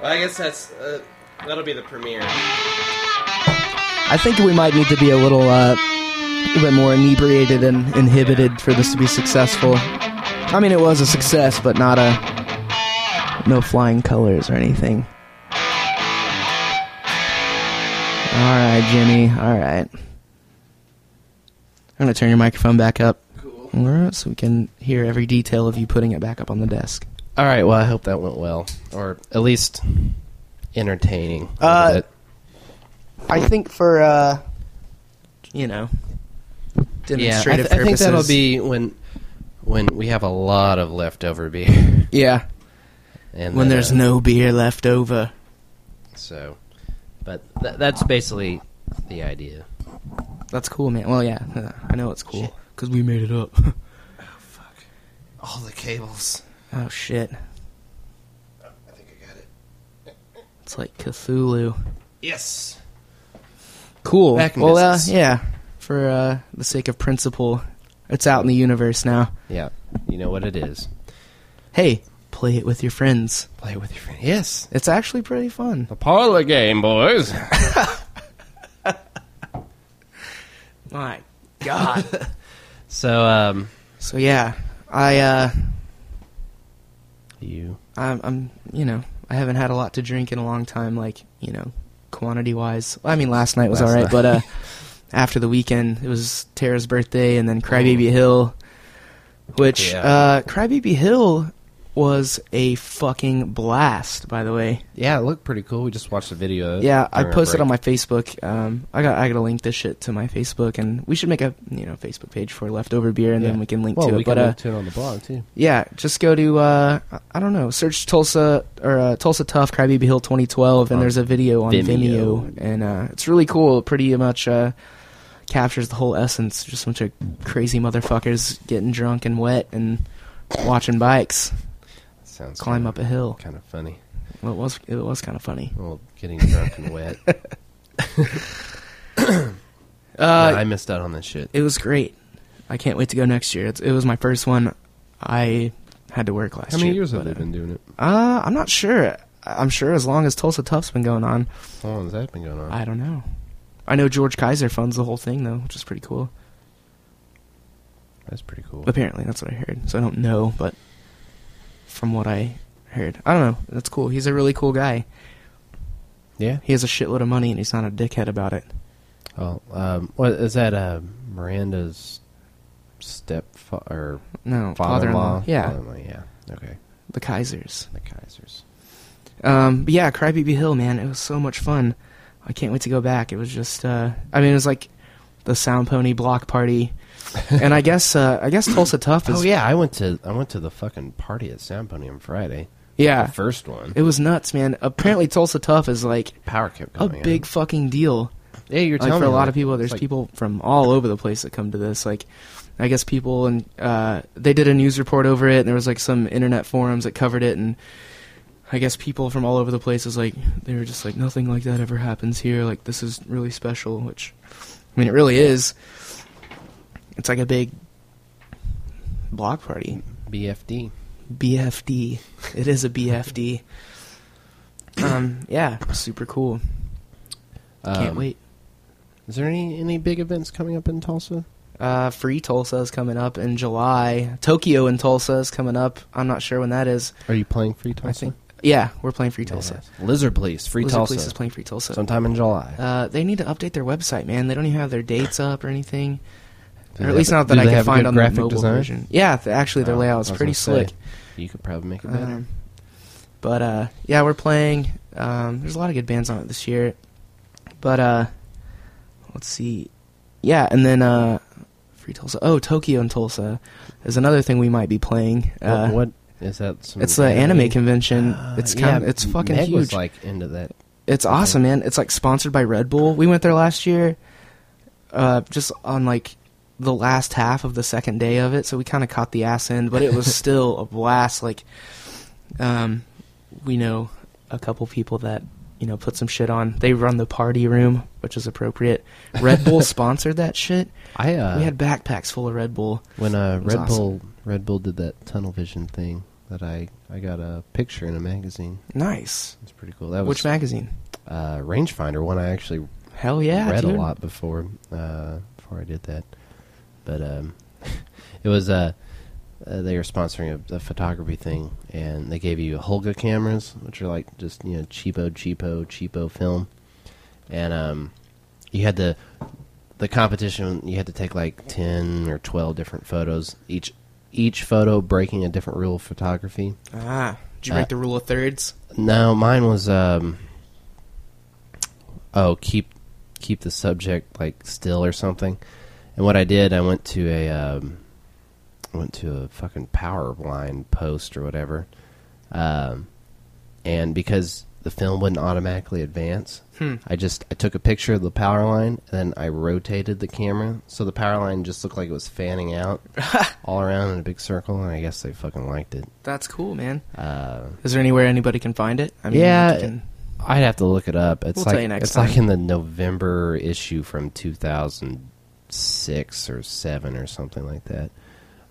Speaker 2: Well, I guess that's uh, that'll be the premiere.
Speaker 1: I think we might need to be a little, uh, a little bit more inebriated and inhibited for this to be successful. I mean, it was a success, but not a no flying colors or anything. All right, Jimmy. All right. I'm gonna turn your microphone back up,
Speaker 2: Cool.
Speaker 1: All right, so we can hear every detail of you putting it back up on the desk.
Speaker 2: All right. Well, I hope that went well, or at least entertaining. a
Speaker 1: Uh,
Speaker 2: little bit.
Speaker 1: I think for uh, you know,
Speaker 2: yeah. I,
Speaker 1: demonstrative
Speaker 2: th- I think
Speaker 1: purposes.
Speaker 2: that'll be when when we have a lot of leftover beer. (laughs)
Speaker 1: yeah.
Speaker 2: And
Speaker 1: when
Speaker 2: then,
Speaker 1: there's
Speaker 2: uh,
Speaker 1: no beer left over.
Speaker 2: so, but th- that's basically the idea.
Speaker 1: That's cool, man. Well, yeah, (laughs) uh, I know it's cool
Speaker 2: Shit.
Speaker 1: because we made it up.
Speaker 2: All the cables.
Speaker 1: oh shit,
Speaker 2: I think I got it.
Speaker 1: it's like Cthulhu.
Speaker 2: Yes.
Speaker 1: Cool.
Speaker 2: Back in
Speaker 1: well, uh,
Speaker 2: business.
Speaker 1: yeah. For uh, the sake of principle, it's out in the universe now.
Speaker 2: Yeah. You know what it is.
Speaker 1: Hey, play it with your friends.
Speaker 2: Play with your friends. Yes.
Speaker 1: It's actually pretty fun.
Speaker 2: The parlor game, boys. (laughs)
Speaker 1: My God.
Speaker 2: So, um,
Speaker 1: so yeah, I uh,
Speaker 2: you.
Speaker 1: I'm, I'm you know I haven't had a lot to drink in a long time, like you know, quantity wise. I mean, last night was
Speaker 2: Last
Speaker 1: all right,
Speaker 2: night.
Speaker 1: but uh, after the weekend, it was Tara's birthday, and then Crybaby Hill, which
Speaker 2: Oh. Yeah.
Speaker 1: uh, Crybaby Hill was a fucking blast, by the way.
Speaker 2: Yeah, it looked pretty cool. We just watched the video. of it
Speaker 1: Yeah, I
Speaker 2: during our
Speaker 1: posted
Speaker 2: break.
Speaker 1: on my Facebook. Um, I got I got to link this shit to my Facebook, and we should make a you know Facebook page for leftover beer, and
Speaker 2: Yeah.
Speaker 1: then we can link
Speaker 2: well,
Speaker 1: to
Speaker 2: we
Speaker 1: it. But
Speaker 2: can
Speaker 1: uh,
Speaker 2: link to it on the blog too.
Speaker 1: yeah, just go to uh, I- I don't know, search Tulsa or uh, Tulsa Tough Crybaby Hill 2012, and
Speaker 2: On
Speaker 1: there's a video on
Speaker 2: Oh. Vimeo.
Speaker 1: Vimeo, and uh, it's really cool. It pretty much uh, captures the whole essence, just a bunch of crazy motherfuckers getting drunk and wet and watching bikes
Speaker 2: Sounds
Speaker 1: climb
Speaker 2: kinda-
Speaker 1: up a hill.
Speaker 2: Kind of funny.
Speaker 1: Well, it was it was kind of funny.
Speaker 2: Well, getting drunk and
Speaker 1: (laughs)
Speaker 2: wet.
Speaker 1: Uh,
Speaker 2: No, I missed out on this shit.
Speaker 1: it was great. I can't wait to go next year. It's, it was my first one. I had to work last
Speaker 2: How many
Speaker 1: year.
Speaker 2: years
Speaker 1: but,
Speaker 2: have they
Speaker 1: uh,
Speaker 2: been doing it?
Speaker 1: Uh, I'm not sure. I- I'm sure as long as Tulsa Tough's been going on,
Speaker 2: How long has that been going on?
Speaker 1: I don't know. I know George Kaiser funds the whole thing though, which is pretty cool.
Speaker 2: That's pretty cool.
Speaker 1: Apparently, that's what I heard. So I don't know, but from what I heard, I don't know. That's cool. He's a really cool guy.
Speaker 2: Yeah.
Speaker 1: He has a shitload of money, and he's not a dickhead about it.
Speaker 2: Oh, um, what is that? Uh, Miranda's stepfather or
Speaker 1: No,
Speaker 2: father-in-law?
Speaker 1: father-in-law. Yeah,
Speaker 2: Father-in-law, yeah. Okay.
Speaker 1: the Kaisers.
Speaker 2: The Kaisers.
Speaker 1: Um, but yeah, Crybaby Hill, man, it was so much fun. I can't wait to go back. It was just, uh, I mean, it was like the Sound Pony block
Speaker 2: (laughs)
Speaker 1: party, and I guess, uh, I guess Tulsa Tough is,
Speaker 2: Oh yeah, I went to I went to the fucking party at Sound Pony on Friday.
Speaker 1: yeah.
Speaker 2: The first one.
Speaker 1: It was nuts, man. Apparently, Tulsa Tough is like
Speaker 2: Power kept
Speaker 1: a
Speaker 2: going. in.
Speaker 1: big fucking deal.
Speaker 2: Yeah, you're
Speaker 1: Like
Speaker 2: telling
Speaker 1: for
Speaker 2: me
Speaker 1: a lot
Speaker 2: like,
Speaker 1: of people,
Speaker 2: it's
Speaker 1: there's
Speaker 2: like-
Speaker 1: people from all over the place that come to this. Like, I guess people and uh, they did a news report over it, and there was like some internet forums that covered it, and I guess people from all over the place was like they were just like nothing like that ever happens here. Like this is really special, which I mean it really is. It's like a big block party.
Speaker 2: BFD.
Speaker 1: BFD. It is a BFD. um, yeah, super cool. Can't
Speaker 2: Um,
Speaker 1: wait.
Speaker 2: Is there any any big events coming up in Tulsa?
Speaker 1: Uh, Free Tulsa is coming up in July. Tokyo and Tulsa is coming up. I'm not sure when that is.
Speaker 2: Are you playing Free Tulsa?
Speaker 1: think Yeah, we're playing Free Tulsa.
Speaker 2: Yeah. Lizard Police, Free
Speaker 1: Lizard
Speaker 2: Tulsa.
Speaker 1: Police is playing Free Tulsa.
Speaker 2: Sometime in July.
Speaker 1: uh, they need to update their website, man. They don't even have their dates up or anything.
Speaker 2: Do
Speaker 1: or
Speaker 2: they
Speaker 1: at least
Speaker 2: have a-
Speaker 1: not that
Speaker 2: do
Speaker 1: I
Speaker 2: they
Speaker 1: can
Speaker 2: have a
Speaker 1: find
Speaker 2: good
Speaker 1: on the
Speaker 2: graphic
Speaker 1: mobile
Speaker 2: design?
Speaker 1: version. Yeah, th- actually their
Speaker 2: Oh,
Speaker 1: layout is
Speaker 2: I was
Speaker 1: pretty
Speaker 2: gonna say,
Speaker 1: slick.
Speaker 2: You could probably make it better.
Speaker 1: Um, but uh, yeah, we're playing. Um, there's a lot of good bands on it this year. But uh, let's see. Yeah, and then uh, Free Tulsa. Oh, Tokyo and Tulsa is another thing we might be playing. Uh,
Speaker 2: what, what is that? Some
Speaker 1: It's an anime convention.
Speaker 2: Ah,
Speaker 1: It's kind of
Speaker 2: yeah,
Speaker 1: it's fucking
Speaker 2: Meg
Speaker 1: huge.
Speaker 2: Was like into that.
Speaker 1: It's awesome, man. It's like sponsored by Red Bull. We went there last year, uh, just on like the last half of the second day of it, so we kind of caught the ass end, but it
Speaker 2: (laughs)
Speaker 1: was still a blast. Like, um, we know a couple people that you know put some shit on. They run the party room, which is appropriate. Red
Speaker 2: (laughs)
Speaker 1: Bull sponsored that shit.
Speaker 2: I uh,
Speaker 1: we had backpacks full of Red Bull.
Speaker 2: when uh,
Speaker 1: was
Speaker 2: Red
Speaker 1: awesome.
Speaker 2: Bull Red Bull did that tunnel vision thing that I I got a picture in a magazine.
Speaker 1: Nice.
Speaker 2: It's pretty cool. That was
Speaker 1: Which magazine?
Speaker 2: uh, rangefinder one I actually
Speaker 1: Hell yeah,
Speaker 2: read
Speaker 1: dude.
Speaker 2: a lot before uh, before I did that. But um, (laughs) it was uh, uh, they were sponsoring a, a photography thing, and they gave you Holga cameras, which are like just you know cheapo, cheapo, cheapo film, and um, you had the the competition. You had to take like ten or twelve different photos each. Each photo breaking a different rule of photography.
Speaker 1: Ah, did you
Speaker 2: Uh,
Speaker 1: break the rule of thirds?
Speaker 2: No, mine was um oh, keep keep the subject like still or something. And what I did, I went to a um I went to a fucking power blind post or whatever. Um and because the film wouldn't automatically advance,
Speaker 1: Hmm.
Speaker 2: I just I took a picture of the power line and then I rotated the camera so the power line just looked like it was fanning out all around in a big circle and I guess they fucking liked it.
Speaker 1: That's cool, man.
Speaker 2: Uh
Speaker 1: Is there anywhere anybody can find it? I
Speaker 2: Yeah,
Speaker 1: you can-
Speaker 2: I'd have to look it up. It's
Speaker 1: We'll
Speaker 2: like
Speaker 1: tell you next
Speaker 2: it's like
Speaker 1: time.
Speaker 2: in the November issue from 2006 or 7 or something like that.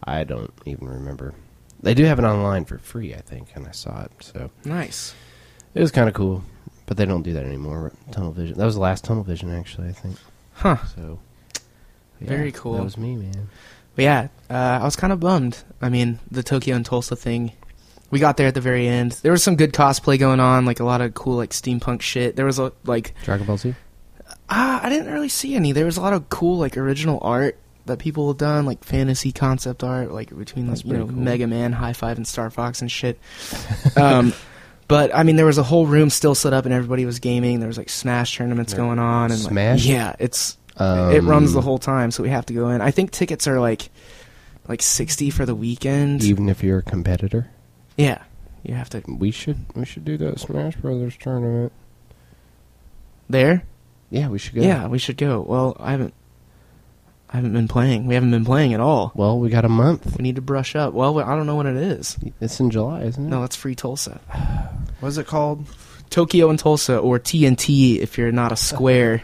Speaker 2: I don't even remember. They do have it online for free, I think, and I saw it. So
Speaker 1: Nice.
Speaker 2: it was kind of cool, but they don't do that anymore. Tunnel Vision. That was the last Tunnel Vision, actually. I think.
Speaker 1: Huh.
Speaker 2: So
Speaker 1: Very cool.
Speaker 2: That was me, man.
Speaker 1: But yeah, uh, I was kind of bummed. I mean, the Tokyo and Tulsa thing. We got there at the very end. There was some good cosplay going on, like a lot of cool like steampunk shit. There was a, like
Speaker 2: Dragon Ball Z.
Speaker 1: ah, I didn't really see any. There was a lot of cool like original art that people had done, like fantasy concept art, like between
Speaker 2: That's
Speaker 1: like you know
Speaker 2: pretty cool.
Speaker 1: Mega Man, High Five, and Star Fox and
Speaker 2: (laughs)
Speaker 1: shit. um, but I mean, there was a whole room still set up, and everybody was gaming. There was like Smash tournaments
Speaker 2: There-
Speaker 1: going on, and
Speaker 2: Smash?
Speaker 1: Like, yeah, it's
Speaker 2: Um,
Speaker 1: it runs the whole time, so we have to go in. I think tickets are like like sixty for the weekend.
Speaker 2: Um, Even if you're a competitor,
Speaker 1: yeah, you have to
Speaker 2: we should we should do that Smash Brothers tournament.
Speaker 1: there.
Speaker 2: Yeah, we should go.
Speaker 1: Yeah. we should go. Well, I haven't I haven't been playing. We haven't been playing at all.
Speaker 2: Well, we got a month.
Speaker 1: We need to brush up. Well, I don't know when it is.
Speaker 2: It's in July, isn't it?
Speaker 1: No, that's free Tulsa,
Speaker 5: (sighs) What is it called?
Speaker 1: Tokyo and Tulsa, or TNT if you're not
Speaker 5: (laughs)
Speaker 1: a square.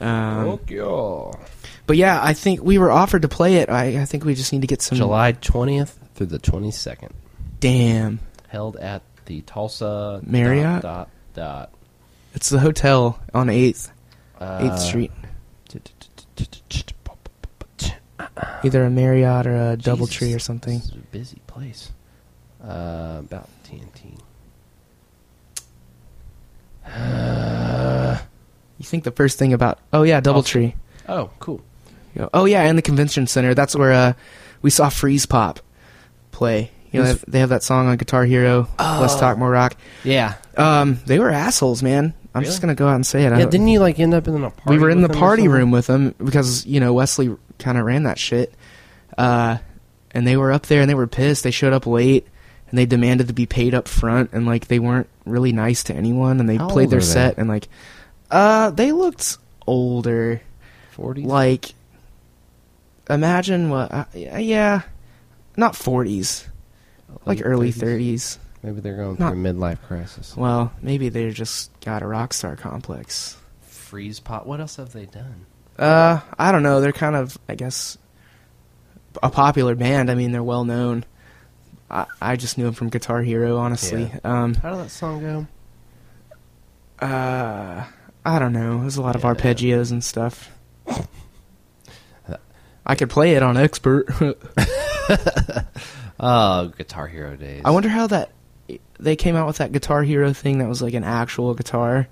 Speaker 1: Um,
Speaker 2: Tokyo.
Speaker 1: but yeah, I think we were offered to play it. I, I think we just need to get some.
Speaker 2: July twentieth through the twenty second.
Speaker 1: Damn,
Speaker 2: held at the Tulsa
Speaker 1: Marriott?
Speaker 2: Dot, dot,
Speaker 1: it's the hotel on Eighth
Speaker 2: dot,
Speaker 1: Eighth
Speaker 2: uh,
Speaker 1: Street. either a Marriott or a DoubleTree
Speaker 2: Jesus,
Speaker 1: or something.
Speaker 2: This is a busy place. Uh, about TNT.
Speaker 1: You think the first thing about oh yeah, DoubleTree.
Speaker 2: Oh, cool.
Speaker 1: You go, oh yeah, and the convention center. That's where uh, we saw Freeze Pop play. You know, they
Speaker 2: Who's-
Speaker 1: have, they have that song on Guitar Hero.
Speaker 5: Oh.
Speaker 1: Let's talk more rock.
Speaker 2: Yeah.
Speaker 1: Um, they were assholes, man. I'm just gonna
Speaker 2: Really?
Speaker 1: go out and say it. I
Speaker 2: Yeah.
Speaker 1: don't-
Speaker 2: Didn't you like end up in a party?
Speaker 1: Uh, we were in the
Speaker 2: with them or
Speaker 1: party
Speaker 2: something?
Speaker 1: room with them because you know Wesley kind of ran that shit, uh, and they were up there and they were pissed. They showed up late and they demanded to be paid up front and like they weren't really nice to anyone and they
Speaker 2: How
Speaker 1: played
Speaker 2: old
Speaker 1: their
Speaker 2: are they?
Speaker 1: set and like uh they looked older.
Speaker 2: 40s?
Speaker 1: Like imagine what uh, yeah, not 40s, like
Speaker 2: Late
Speaker 1: early
Speaker 2: 30s?
Speaker 1: 30s.
Speaker 2: Maybe they're going
Speaker 1: Not-
Speaker 2: through a midlife crisis.
Speaker 1: Well, maybe they just got a rock star complex.
Speaker 2: Freeze pot. What else have they done?
Speaker 1: Uh, I don't know. They're kind of, I guess, a popular band. I mean, they're well known. I, I just knew them from Guitar Hero, honestly. Um,
Speaker 2: How did that song go?
Speaker 1: uh, I don't know. There's a lot of
Speaker 2: Yeah.
Speaker 1: arpeggios and stuff. I could play it on expert.
Speaker 2: Oh, Guitar Hero days.
Speaker 1: I wonder how that they came out with that Guitar Hero thing that was like an actual guitar,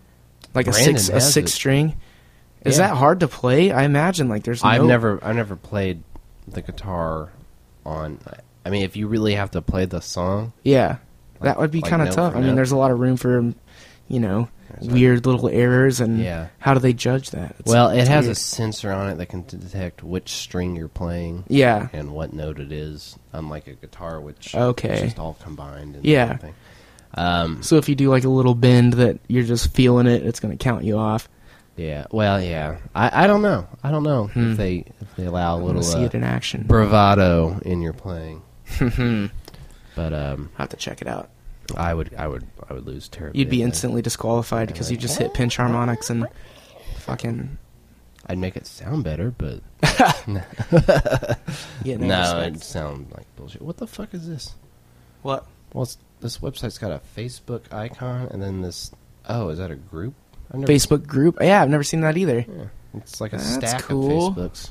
Speaker 1: like
Speaker 2: Brandon
Speaker 1: a six a
Speaker 2: has
Speaker 1: six
Speaker 2: it.
Speaker 1: string. Is
Speaker 2: Yeah.
Speaker 1: that hard to play? I imagine like there's.
Speaker 2: I've
Speaker 1: no-
Speaker 2: never I've never played the guitar on. I mean, if you really have to play the song,
Speaker 1: Yeah,
Speaker 2: Like-
Speaker 1: that would be
Speaker 2: like
Speaker 1: kind of
Speaker 2: note
Speaker 1: tough.
Speaker 2: for
Speaker 1: I mean,
Speaker 2: note.
Speaker 1: there's a lot of room for, you know,
Speaker 2: There's a-
Speaker 1: weird little errors, and
Speaker 2: Yeah.
Speaker 1: how do they judge that? It's-
Speaker 2: well, it
Speaker 1: it's
Speaker 2: has a
Speaker 1: weird.
Speaker 2: sensor on it that can detect which string you're playing
Speaker 1: yeah,
Speaker 2: and what note it is, unlike a guitar, which
Speaker 1: Okay.
Speaker 2: is just all combined. And
Speaker 1: Yeah.
Speaker 2: everything. Um.
Speaker 1: so if you do like a little bend that you're just feeling it, it's going to count you off.
Speaker 2: Yeah. Well. Yeah. I. I don't know. I don't know if they if they allow a
Speaker 1: I want
Speaker 2: little
Speaker 1: to Hmm. see
Speaker 2: uh,
Speaker 1: it in action.
Speaker 2: bravado in
Speaker 1: (laughs)
Speaker 2: your playing. but um,
Speaker 1: I have to check it out.
Speaker 2: I would. I would. I would lose terribly.
Speaker 1: You'd be
Speaker 2: at that.
Speaker 1: instantly disqualified because you just hit pinch harmonics and fucking
Speaker 2: I'd make it sound better, but
Speaker 1: yeah. No,
Speaker 2: no,
Speaker 1: respect.
Speaker 2: it'd sound like bullshit. What the fuck is this?
Speaker 1: what?
Speaker 2: Well, it's, this website's got a Facebook icon, and then this. Oh, is that a group? I've never,
Speaker 1: Facebook group? Yeah, I've never seen that either.
Speaker 2: Yeah, it's like a
Speaker 1: That's
Speaker 2: stack
Speaker 1: cool.
Speaker 2: of Facebooks.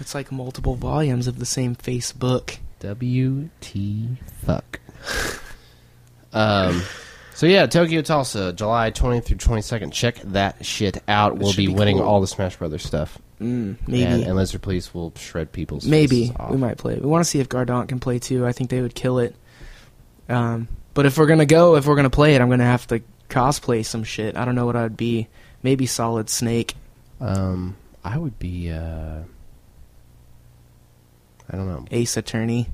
Speaker 1: It's like multiple volumes of the same Facebook.
Speaker 2: W T fuck. um. So yeah, Tokyo Tulsa, July 20th through 22nd. Check that shit out. We'll
Speaker 1: should
Speaker 2: be,
Speaker 1: be
Speaker 2: winning
Speaker 1: cool.
Speaker 2: all the Smash Brothers stuff,
Speaker 1: Mm,
Speaker 2: and,
Speaker 1: maybe.
Speaker 2: and Lizard Police will shred people's
Speaker 1: Maybe
Speaker 2: faces off.
Speaker 1: we might play. it. We want to see if Gardant can play too. I think they would kill it. Um, but if we're gonna go, if we're gonna play it, I'm gonna have to cosplay some shit. I don't know what I'd be. Maybe Solid Snake.
Speaker 2: Um, I would be. Uh, I don't know.
Speaker 1: Ace Attorney.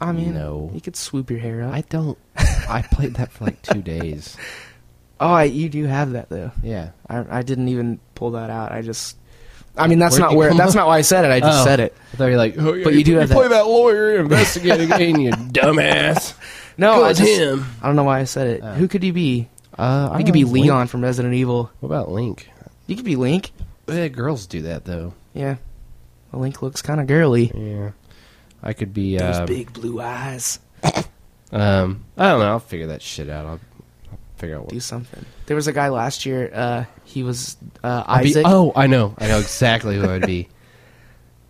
Speaker 1: I mean,
Speaker 2: No.
Speaker 1: you could swoop your hair up.
Speaker 2: I don't. I played that for like two days.
Speaker 1: oh, I, you do have that though.
Speaker 2: Yeah.
Speaker 1: I, I didn't even pull that out. I just. I mean, that's
Speaker 2: Where'd
Speaker 1: not
Speaker 2: you
Speaker 1: where.
Speaker 2: come
Speaker 1: That's
Speaker 2: up-
Speaker 1: not why I said it. I just
Speaker 2: Oh.
Speaker 1: said it.
Speaker 2: I thought you were like, oh, yeah,
Speaker 1: But you do have
Speaker 2: play
Speaker 1: that-
Speaker 2: that, lawyer you're (laughs) investigating, you dumbass.
Speaker 1: No, I
Speaker 2: Good
Speaker 1: just-
Speaker 2: him.
Speaker 1: I don't know why I said it.
Speaker 2: Oh.
Speaker 1: Who could you be?
Speaker 2: Uh, I
Speaker 1: You could be
Speaker 2: don't know,
Speaker 1: Leon
Speaker 2: Link.
Speaker 1: from Resident Evil.
Speaker 2: What about Link?
Speaker 1: You could be Link.
Speaker 2: Eh, girls do that though.
Speaker 1: Yeah. Well, Link looks kind of girly.
Speaker 2: Yeah. I could be.
Speaker 1: Those
Speaker 2: um,
Speaker 1: big blue eyes.
Speaker 2: Um, I don't know. I'll figure that shit out. I'll, I'll figure out what.
Speaker 1: Do something. There was a guy last year. Uh, he was uh,
Speaker 2: I'd be-
Speaker 1: Isaac.
Speaker 2: oh, I know. I know exactly who
Speaker 1: (laughs)
Speaker 2: I'd be.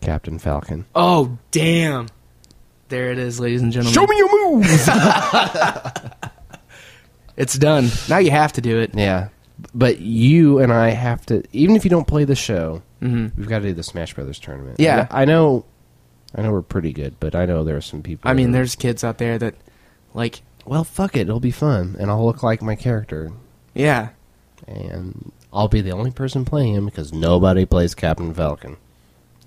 Speaker 2: Captain Falcon.
Speaker 1: Oh, damn. There it is, ladies and gentlemen.
Speaker 2: your moves.
Speaker 1: It's done. Now you have to do it.
Speaker 2: yeah, but you and I have to. Even if you don't play the show,
Speaker 1: Mhm.
Speaker 2: we've got to do the Smash Brothers tournament.
Speaker 1: Yeah.
Speaker 2: I know. I know we're pretty good, but I know there are some people.
Speaker 1: I mean,
Speaker 2: that are-
Speaker 1: there's kids out there that, like,
Speaker 2: well, fuck it. It'll be fun, and I'll look like my character,
Speaker 1: yeah,
Speaker 2: and I'll be the only person playing him because nobody plays Captain Falcon.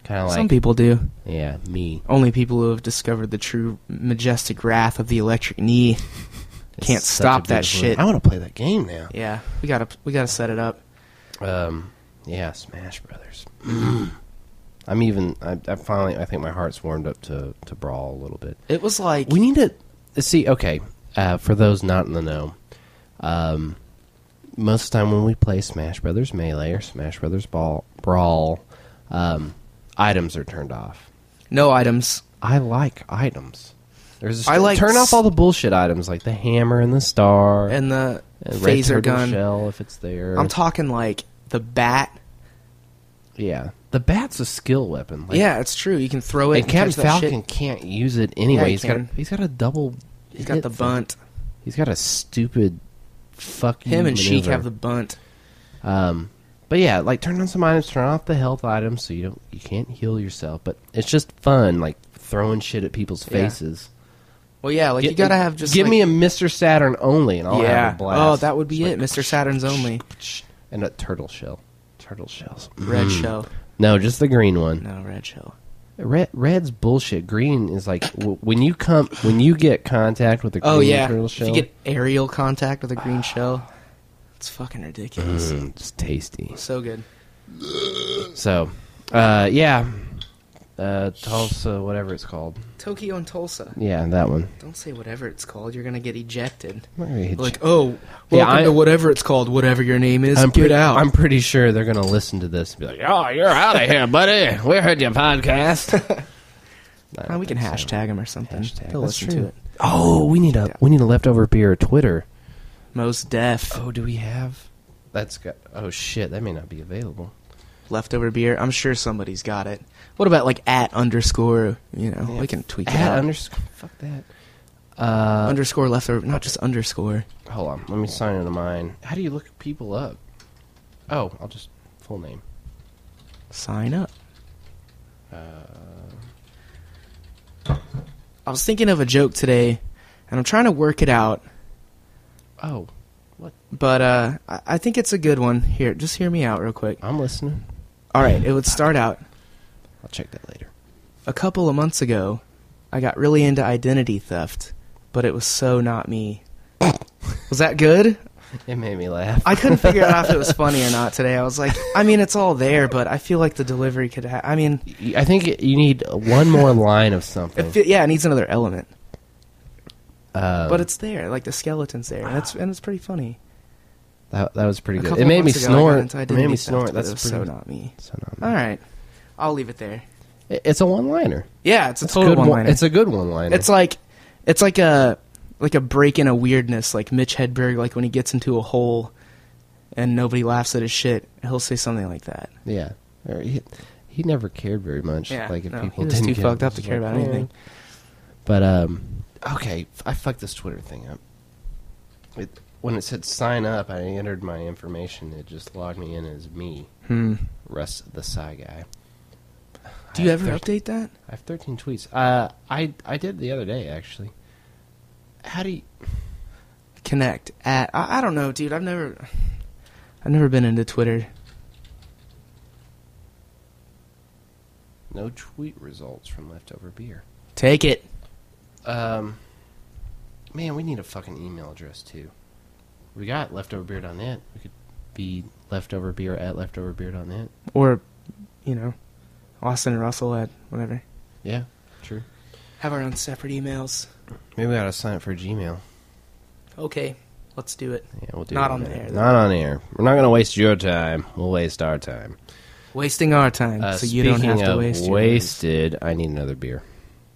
Speaker 2: Kind of like
Speaker 1: some people do.
Speaker 2: yeah, me.
Speaker 1: Only people who have discovered the true majestic wrath of the electric knee.
Speaker 2: (laughs) It's
Speaker 1: Can't
Speaker 2: such
Speaker 1: stop
Speaker 2: a
Speaker 1: that
Speaker 2: beautiful-
Speaker 1: shit.
Speaker 2: I want to play that game now.
Speaker 1: Yeah, we gotta we gotta set it up.
Speaker 2: Um, yeah, Smash Brothers. (clears throat) I'm even. I, I finally. I think my heart's warmed up to to brawl a little bit.
Speaker 1: It was like
Speaker 2: We need to see. Okay, uh, for those not in the know, um, most of the time when we play Smash Brothers Melee or Smash Brothers Ball, Brawl, um, items are turned off.
Speaker 1: no items.
Speaker 2: I like items. There's a
Speaker 1: I like
Speaker 2: turn
Speaker 1: s-
Speaker 2: off all the bullshit items like the hammer and the star
Speaker 1: and the
Speaker 2: and red
Speaker 1: phaser
Speaker 2: turtle
Speaker 1: gun.
Speaker 2: shell if it's there.
Speaker 1: I'm talking like the bat.
Speaker 2: Yeah, the bat's a skill weapon. Like,
Speaker 1: yeah, it's true. You can throw it.
Speaker 2: and Captain
Speaker 1: catch that shit.
Speaker 2: Falcon can't use it anyway.
Speaker 1: Yeah, he
Speaker 2: he's got
Speaker 1: can.
Speaker 2: a, he's got a double.
Speaker 1: He's got
Speaker 2: hit
Speaker 1: the
Speaker 2: thing.
Speaker 1: bunt.
Speaker 2: He's got a stupid fuck.
Speaker 1: Him
Speaker 2: you
Speaker 1: and Sheik
Speaker 2: maneuver.
Speaker 1: have the bunt.
Speaker 2: Um, but yeah, like turn on some items, turn off the health items so you don't you can't heal yourself. But it's just fun, like throwing shit at people's
Speaker 1: Yeah.
Speaker 2: faces.
Speaker 1: Well, yeah, like you
Speaker 2: Get-
Speaker 1: gotta have just
Speaker 2: give
Speaker 1: like,
Speaker 2: me a Mr. Saturn only, and I'll have
Speaker 1: yeah.
Speaker 2: a blast.
Speaker 1: Oh, that would be
Speaker 2: Just
Speaker 1: it,
Speaker 2: like,
Speaker 1: Mr. Saturn's
Speaker 2: (sniffs)
Speaker 1: only
Speaker 2: and a turtle shell. Turtle shells.
Speaker 1: red
Speaker 2: Mm.
Speaker 1: shell.
Speaker 2: No, just the green one.
Speaker 1: No red shell.
Speaker 2: Red, red's bullshit. Green is like w- when you come when you get contact with the green
Speaker 1: Oh yeah,
Speaker 2: turtle
Speaker 1: if
Speaker 2: shell.
Speaker 1: you get aerial contact with a green shell, it's fucking ridiculous.
Speaker 2: Mm, it's tasty.
Speaker 1: So good.
Speaker 2: So, uh, yeah, uh, Tulsa, whatever it's called.
Speaker 1: Tokyo and Tulsa.
Speaker 2: Yeah, that one.
Speaker 1: Don't say whatever it's called. You're gonna get ejected.
Speaker 2: I'm not gonna hit
Speaker 1: Like,
Speaker 2: you.
Speaker 1: oh, welcome
Speaker 2: Yeah, I-
Speaker 1: to whatever it's called, whatever your name is.
Speaker 2: I'm
Speaker 1: get
Speaker 2: pretty,
Speaker 1: out.
Speaker 2: I'm pretty sure they're gonna listen to this and be like, "Oh, you're out of
Speaker 1: (laughs)
Speaker 2: here, buddy. We heard your podcast." I don't
Speaker 1: Uh, we can
Speaker 2: think so.
Speaker 1: hashtag him or something.
Speaker 2: Hashtag.
Speaker 1: He'll
Speaker 2: That's
Speaker 1: listen
Speaker 2: true.
Speaker 1: to it.
Speaker 2: Oh, we need a
Speaker 1: Yeah.
Speaker 2: we need a leftover beer Twitter.
Speaker 1: Most deaf
Speaker 2: Oh, do we have? That's got. Oh shit, that may not be available.
Speaker 1: leftover beer. I'm sure somebody's got it. What about like at underscore? You know, we can tweak it
Speaker 2: At
Speaker 1: out.
Speaker 2: underscore. Fuck that. Uh,
Speaker 1: underscore leftover, not just underscore.
Speaker 2: Hold on, let me sign into mine. How do you look people up? Oh, I'll just full name.
Speaker 1: Sign up.
Speaker 2: Uh.
Speaker 1: I was thinking of a joke today, and I'm trying to work it out.
Speaker 2: Oh,
Speaker 1: But uh, I I think it's a good one. Here, just hear me out real quick.
Speaker 2: I'm listening.
Speaker 1: All right, it would start out.
Speaker 2: I'll check
Speaker 1: (laughs)
Speaker 2: that later.
Speaker 1: A couple of months ago, I got really into identity theft, but it was so not me. was that good?
Speaker 2: It made me laugh.
Speaker 1: I couldn't figure out if it
Speaker 2: (laughs)
Speaker 1: was funny or not today. I was like, I mean, it's all there, but I feel like the delivery could. Ha- I mean,
Speaker 2: I think you need one more line of
Speaker 1: it
Speaker 2: something.
Speaker 1: fe- yeah, it needs another element,
Speaker 2: Um,
Speaker 1: but it's there. Like the skeleton's there, and it's and it's pretty funny.
Speaker 2: that, that was pretty
Speaker 1: A
Speaker 2: good.
Speaker 1: couple
Speaker 2: It made me
Speaker 1: months ago, I got
Speaker 2: snort.
Speaker 1: into
Speaker 2: It
Speaker 1: identity
Speaker 2: made me
Speaker 1: theft,
Speaker 2: snort.
Speaker 1: but
Speaker 2: That's
Speaker 1: it was
Speaker 2: pretty
Speaker 1: so
Speaker 2: good.
Speaker 1: not me.
Speaker 2: So not me.
Speaker 1: All right, I'll leave it there.
Speaker 2: It- It's a one-liner.
Speaker 1: Yeah, it's a
Speaker 2: It's
Speaker 1: total
Speaker 2: good one-
Speaker 1: one-liner.
Speaker 2: It's a good one-liner.
Speaker 1: It's like it's like a like a break in a weirdness, like Mitch Hedberg, like when he gets into a hole and nobody laughs at his shit, he'll say something like that.
Speaker 2: yeah. Or he, he never cared very much.
Speaker 1: Yeah,
Speaker 2: like if
Speaker 1: no,
Speaker 2: people
Speaker 1: he was
Speaker 2: didn't
Speaker 1: too
Speaker 2: get-
Speaker 1: fucked up
Speaker 2: it
Speaker 1: to
Speaker 2: was
Speaker 1: care
Speaker 2: like,
Speaker 1: about
Speaker 2: eh.
Speaker 1: anything.
Speaker 2: But um, okay, f- I fucked this Twitter thing up. It, when it said sign up, I entered my information. It just logged me in as me,
Speaker 1: Hmm.
Speaker 2: Russ the Psy guy.
Speaker 1: Do you
Speaker 2: I have
Speaker 1: ever
Speaker 2: 13
Speaker 1: update that?
Speaker 2: I have thirteen tweets. Uh, I I did the other day actually. How do you?
Speaker 1: Connect at I, I don't know, dude. I've never I've never been into Twitter.
Speaker 2: No tweet results from leftover beer.
Speaker 1: Take it.
Speaker 2: Um, man, we need a fucking email address too. We got leftoverbeer.net. We could be leftoverbeer at leftoverbeer.net.
Speaker 1: Or you know, Austin and Russell at whatever.
Speaker 2: Yeah, true.
Speaker 1: Have our own separate emails.
Speaker 2: Maybe we gotta sign up for Gmail.
Speaker 1: Okay, let's do it.
Speaker 2: Yeah, we'll do
Speaker 1: Not
Speaker 2: it
Speaker 1: on the
Speaker 2: later.
Speaker 1: air, though.
Speaker 2: Not on air. We're not going to waste your time. We'll waste our time.
Speaker 1: Wasting our time,
Speaker 2: Uh,
Speaker 1: so you don't
Speaker 2: speaking
Speaker 1: have to
Speaker 2: of
Speaker 1: waste. your-
Speaker 2: wasted. I need another beer.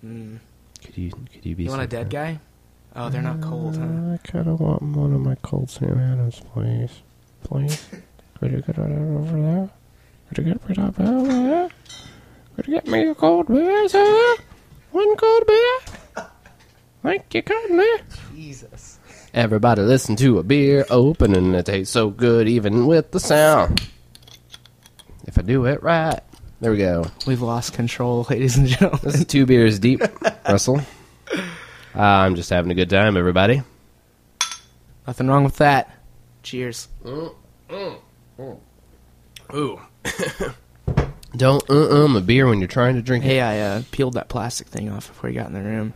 Speaker 2: Could you could you be
Speaker 1: You want a dead guy? Oh, they're not cold, huh?
Speaker 5: I kind of want one of my cold Sam Adams, please. Please? Could you get it over there? Could you get me that beer over there? Could you get me a cold beer, sir? One cold beer? Thank you kindly.
Speaker 1: Jesus.
Speaker 2: Everybody listen to a beer opening. It tastes so good even with the sound. If I do it right. There we go.
Speaker 1: We've lost control, (laughs) ladies and gentlemen.
Speaker 2: This is two
Speaker 5: (laughs)
Speaker 2: beers deep, Russell. Uh, I'm just having a good time, everybody.
Speaker 1: Nothing wrong with that. Cheers.
Speaker 2: Ooh. (laughs) Don't uh-um a beer when you're trying to drink it.
Speaker 1: Hey, I uh, peeled that plastic thing off before you got in the room.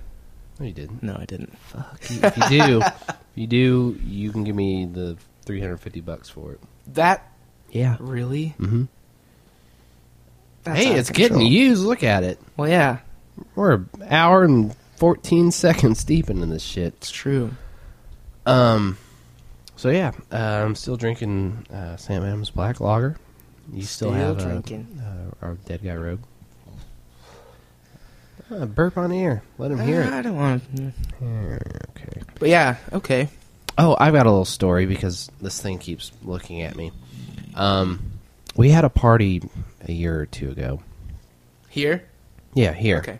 Speaker 2: No, you didn't.
Speaker 1: No, I didn't. Fuck.
Speaker 2: if you do, if you do, you can give me the 350 bucks for it.
Speaker 1: That
Speaker 2: Yeah.
Speaker 1: really?
Speaker 2: Mhm.
Speaker 1: That's
Speaker 2: Hey,
Speaker 1: out of
Speaker 2: it's
Speaker 1: control.
Speaker 2: getting used. Look at it.
Speaker 1: Well, yeah,
Speaker 2: We're an hour and 14 (laughs) seconds deep into this
Speaker 1: it's
Speaker 2: shit.
Speaker 1: true.
Speaker 2: Um, so yeah, uh, I'm still drinking uh, Sam Adams Black Lager. You still,
Speaker 1: Still
Speaker 2: have uh,
Speaker 1: drinking.
Speaker 2: uh, our dead guy rogue. Uh, burp on air. Let him hear
Speaker 1: Uh, I
Speaker 2: it.
Speaker 1: don't want to.
Speaker 2: Okay.
Speaker 1: But yeah, okay.
Speaker 2: Oh, I've got a little story because this thing keeps looking at me. Um, we had a party a year or two ago.
Speaker 1: Here?
Speaker 2: Yeah, here.
Speaker 1: Okay.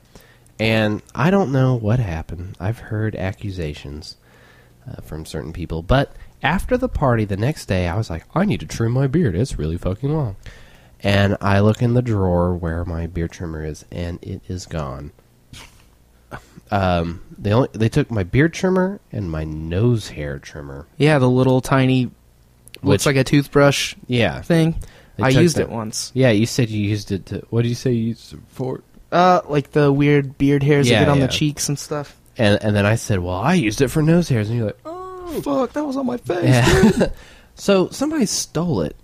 Speaker 2: And I don't know what happened. I've heard accusations uh, from certain people, but after the party the next day, I was like, I need to trim my beard. It's really fucking long. And I look in the drawer where my beard trimmer is, and it is gone. Um, they only they took my beard trimmer and my nose hair trimmer.
Speaker 1: Yeah, the little tiny, looks
Speaker 2: Which-
Speaker 1: like a toothbrush
Speaker 2: Yeah,
Speaker 1: thing.
Speaker 2: They
Speaker 1: I
Speaker 2: took
Speaker 1: used
Speaker 2: the-
Speaker 1: it once.
Speaker 2: Yeah, you said you used it to. What did you say you used it for?
Speaker 1: Uh, like the weird beard hairs
Speaker 2: Yeah,
Speaker 1: you get on
Speaker 2: yeah.
Speaker 1: the cheeks and stuff.
Speaker 2: And and then I said, well, I used it for nose hairs, and you're like,
Speaker 1: Oh, fuck, that was on my face. (laughs)
Speaker 2: yeah. so somebody stole it,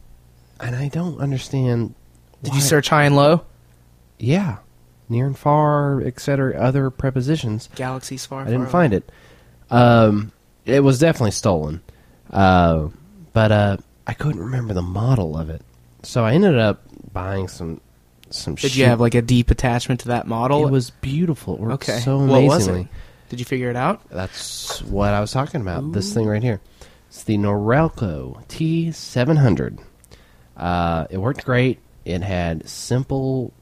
Speaker 2: and I don't understand.
Speaker 1: Did
Speaker 2: why-
Speaker 1: you search high and low?
Speaker 2: Yeah, near and far, etc. Other prepositions.
Speaker 1: Galaxies far.
Speaker 2: I didn't find it. Um, it was definitely stolen. Uh, but uh, I couldn't remember the model of it, so I ended up buying some some.
Speaker 1: Did
Speaker 2: shit.
Speaker 1: you have like a deep attachment to that model?
Speaker 2: It was beautiful. It worked
Speaker 1: okay.
Speaker 2: so
Speaker 1: what
Speaker 2: amazingly.
Speaker 1: was it? Did you figure it out?
Speaker 2: That's what I was talking about. This thing right here. It's the Norelco T700. Uh, it worked great. It had simple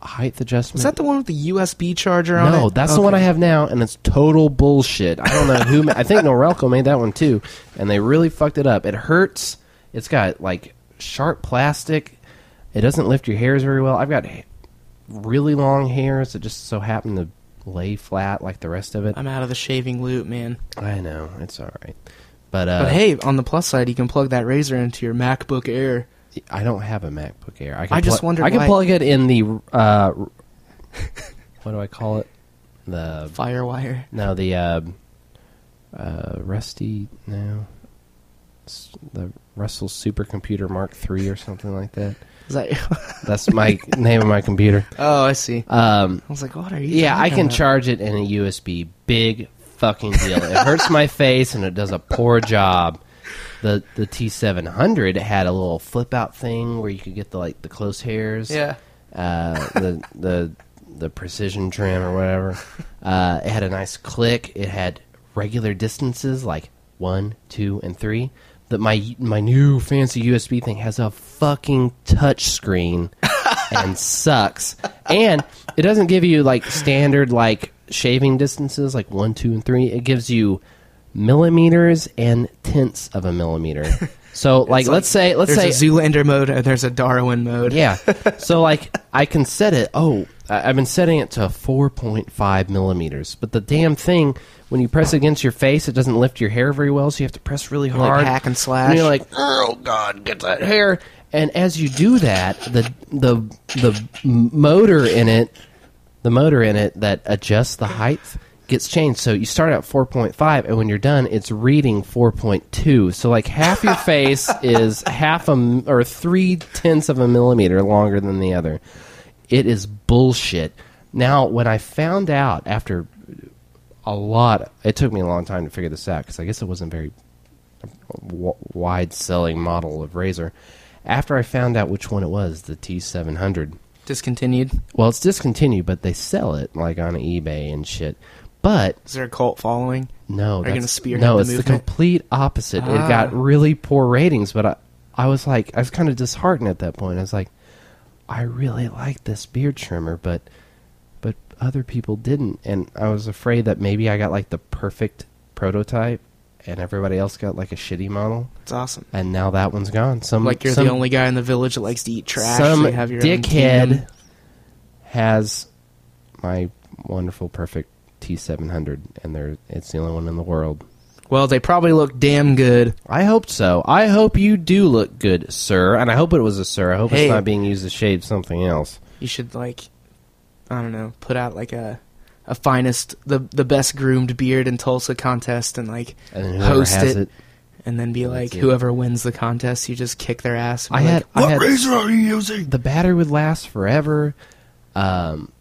Speaker 2: height adjustment.
Speaker 1: Was that the one with the USB charger on it?
Speaker 2: No, that's the one I
Speaker 1: Okay.
Speaker 2: have now, and it's total bullshit. I don't know who. ma- I think Norelco made that one too, and they really fucked it up. It hurts. It's got like sharp plastic. It doesn't lift your hairs very well. I've got h- really long hairs that just so happen to lay flat like the rest of it.
Speaker 1: I'm out of the shaving loop, man.
Speaker 2: I know it's all right, but uh,
Speaker 1: But hey, on the plus side, you can plug that razor into your MacBook Air.
Speaker 2: I don't have a MacBook Air. I, can
Speaker 1: I just
Speaker 2: plu-
Speaker 1: wondered
Speaker 2: I can
Speaker 1: why-
Speaker 2: plug it in the uh,
Speaker 1: (laughs)
Speaker 2: what do I call it? The
Speaker 1: Firewire.
Speaker 2: no the uh, uh, rusty no S- the Russell Supercomputer Mark III or something like that.
Speaker 1: Is (laughs) that?
Speaker 2: That's my name of my computer.
Speaker 1: oh, I see.
Speaker 2: Um,
Speaker 1: I was like, what are you?
Speaker 2: yeah, I
Speaker 1: talking
Speaker 2: can
Speaker 1: about?
Speaker 2: charge it in a USB. Big fucking deal. It hurts my face and it does a poor job. The the T seven hundred had a little flip out thing where you could get the like the close hairs.
Speaker 1: Yeah.
Speaker 2: Uh, the the the precision trim or whatever. Uh, it had a nice click. It had regular distances like one, two, and three. That my my new fancy USB thing has a fucking touch
Speaker 1: (laughs)
Speaker 2: screen and sucks. And it doesn't give you like standard like shaving distances like one, two, and three. It gives you millimeters and tenths of
Speaker 1: (laughs)
Speaker 2: a millimeter. So like, let's say let's
Speaker 1: There's
Speaker 2: say
Speaker 1: a Zoolander mode and there's a Darwin mode.
Speaker 2: yeah. So like I can set it. Oh, I- I've been setting it to 4.5 millimeters, but the damn thing when you press against your face, it doesn't lift your hair very well. So you have to press really
Speaker 1: like
Speaker 2: hard,
Speaker 1: hack and slash.
Speaker 2: you're like, oh god, get that hair. And as you do that, the the the motor in it, the motor in it that adjusts the height gets changed. So you start at 4.5, and when you're done, it's reading 4.2. So like
Speaker 1: (laughs)
Speaker 2: half your face is half a m- or three tenths of a millimeter longer than the other. It is bullshit. Now, when I found out after a lot, it took me a long time to figure this out because I guess it wasn't very w- wide selling model of Razor. After I found out which one it was, the T700,
Speaker 1: Discontinued.
Speaker 2: Well, it's discontinued, but they sell it like on eBay and shit. But
Speaker 1: Is there a cult following?
Speaker 2: no,
Speaker 1: Are you
Speaker 2: that's-
Speaker 1: gonna spearhead
Speaker 2: no,
Speaker 1: the
Speaker 2: it's the
Speaker 1: movement?
Speaker 2: complete opposite. It got
Speaker 1: Ah.
Speaker 2: really poor ratings, but I, I was like, I was kind of disheartened at that point. I was like, I really like this beard trimmer, but but other people didn't, and I was afraid that maybe I got like the perfect prototype, and everybody else got like a shitty model,
Speaker 1: It's awesome.
Speaker 2: and now that one's gone. Some
Speaker 1: Like you're
Speaker 2: Um, some-
Speaker 1: the only guy in the village that likes to eat trash.
Speaker 2: some
Speaker 1: so you have your own kingdom.
Speaker 2: dickhead has my wonderful perfect T700, and they're, it's the only one in the world.
Speaker 1: Well, they probably look damn good.
Speaker 2: I hope so. I hope you do look good, sir. And I hope it was a sir. I hope
Speaker 1: Hey.
Speaker 2: it's not being used to shade something else.
Speaker 1: You should like, I don't know, put out like a a finest the the best groomed beard in Tulsa contest and like
Speaker 2: And then whoever
Speaker 1: host
Speaker 2: has
Speaker 1: it,
Speaker 2: it,
Speaker 1: and then be like
Speaker 2: it.
Speaker 1: whoever wins the contest, you just kick their ass. and
Speaker 2: I
Speaker 1: be
Speaker 2: had
Speaker 1: like,
Speaker 2: I had
Speaker 3: are you using?
Speaker 2: the battery would last forever. Um,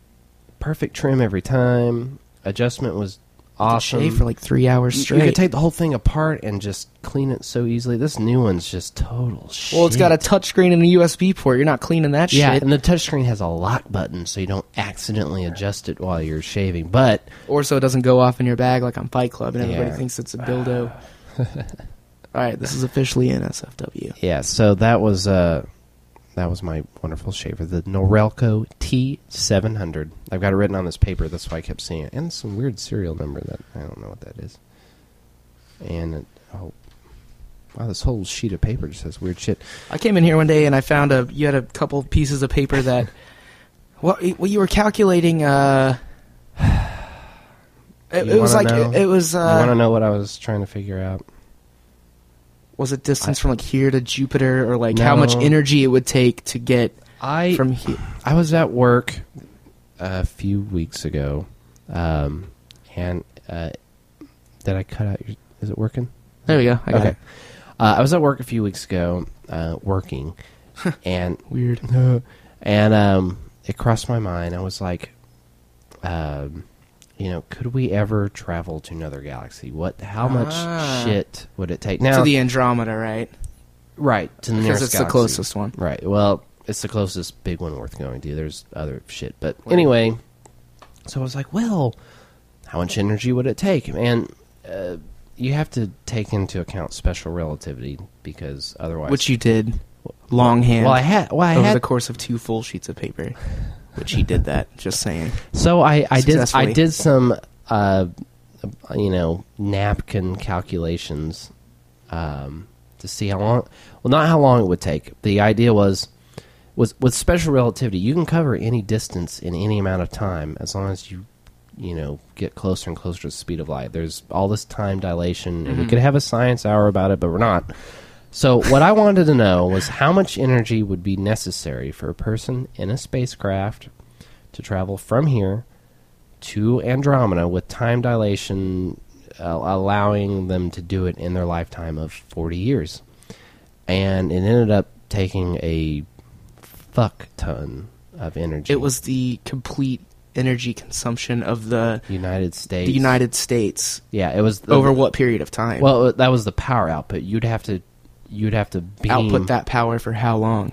Speaker 2: perfect trim every time. Adjustment was awesome.
Speaker 1: shave for like three hours
Speaker 2: You
Speaker 1: straight.
Speaker 2: could take the whole thing apart and just clean it so easily. This new one's just total shit.
Speaker 1: well, it's got a touchscreen and a USB port. You're not cleaning that
Speaker 2: yeah,
Speaker 1: shit.
Speaker 2: and the touchscreen has a lock button, so you don't accidentally adjust it while you're shaving. But
Speaker 1: or so it doesn't go off in your bag like on Fight Club and everybody
Speaker 2: Yeah.
Speaker 1: thinks
Speaker 2: (sighs)
Speaker 1: it's a
Speaker 2: (laughs)
Speaker 1: dildo. All right, this is officially NSFW.
Speaker 2: yeah, so that was uh, that was my wonderful shaver, the Norelco T700. I've got it written on this paper, that's why I kept seeing it, and some weird serial number that I don't know what that is. And it, oh, wow, this whole sheet of paper just has weird shit.
Speaker 1: I came in here one day and I found a you had a couple pieces of paper that (laughs) what well, you were calculating. Uh, (sighs) it,
Speaker 2: You
Speaker 1: it was like
Speaker 2: wanna
Speaker 1: it,
Speaker 2: know?
Speaker 1: it was
Speaker 2: you want to
Speaker 1: uh,
Speaker 2: know what I was trying to figure out?
Speaker 1: was it distance from like here to Jupiter or like how
Speaker 2: No.
Speaker 1: much energy it would take to get
Speaker 2: I
Speaker 1: from here.
Speaker 2: I was at work uh, a few weeks ago, um, and uh, did I cut out your? Is it working?
Speaker 1: There we go. I got
Speaker 2: okay.
Speaker 1: it.
Speaker 2: Uh, I was at work a few weeks ago, uh, working, and
Speaker 1: (laughs) Weird.
Speaker 2: (laughs) and um, it crossed my mind. I was like, um, you know, could we ever travel to another galaxy? What? How much
Speaker 1: Ah.
Speaker 2: shit would it take? Now,
Speaker 1: to the Andromeda, right?
Speaker 2: right to the
Speaker 1: Because
Speaker 2: nearest
Speaker 1: it's the
Speaker 2: galaxy.
Speaker 1: closest one.
Speaker 2: Right. Well, it's the closest big one worth going to. There's other shit, but anyway. So I was like, well, how much energy would it take? And uh, you have to take into account special relativity because otherwise,
Speaker 1: Which you did longhand.
Speaker 2: well, I had, well, I
Speaker 1: over
Speaker 2: had,
Speaker 1: the course of two full sheets of paper, which he did that. Just saying.
Speaker 2: so I, I did, I
Speaker 1: successfully.
Speaker 2: did some, uh, you know, napkin calculations um, to see how long. Well, not how long it would take. The idea was was with special relativity, you can cover any distance in any amount of time as long as you you know get closer and closer to the speed of light. There's all this time dilation, and we could have a science hour about it, but we're not. So what I wanted to know was how much energy would be necessary for a person in a spacecraft to travel from here to Andromeda with time dilation uh, allowing them to do it in their lifetime of 40 years. And it ended up taking a fuck ton of energy.
Speaker 1: It was the complete energy consumption of the,
Speaker 2: United States.
Speaker 1: the United States
Speaker 2: Yeah, it was the-
Speaker 1: over what period of time?
Speaker 2: Well, uh, that was the power output. You'd have to you'd have to beam
Speaker 1: output that power for how long?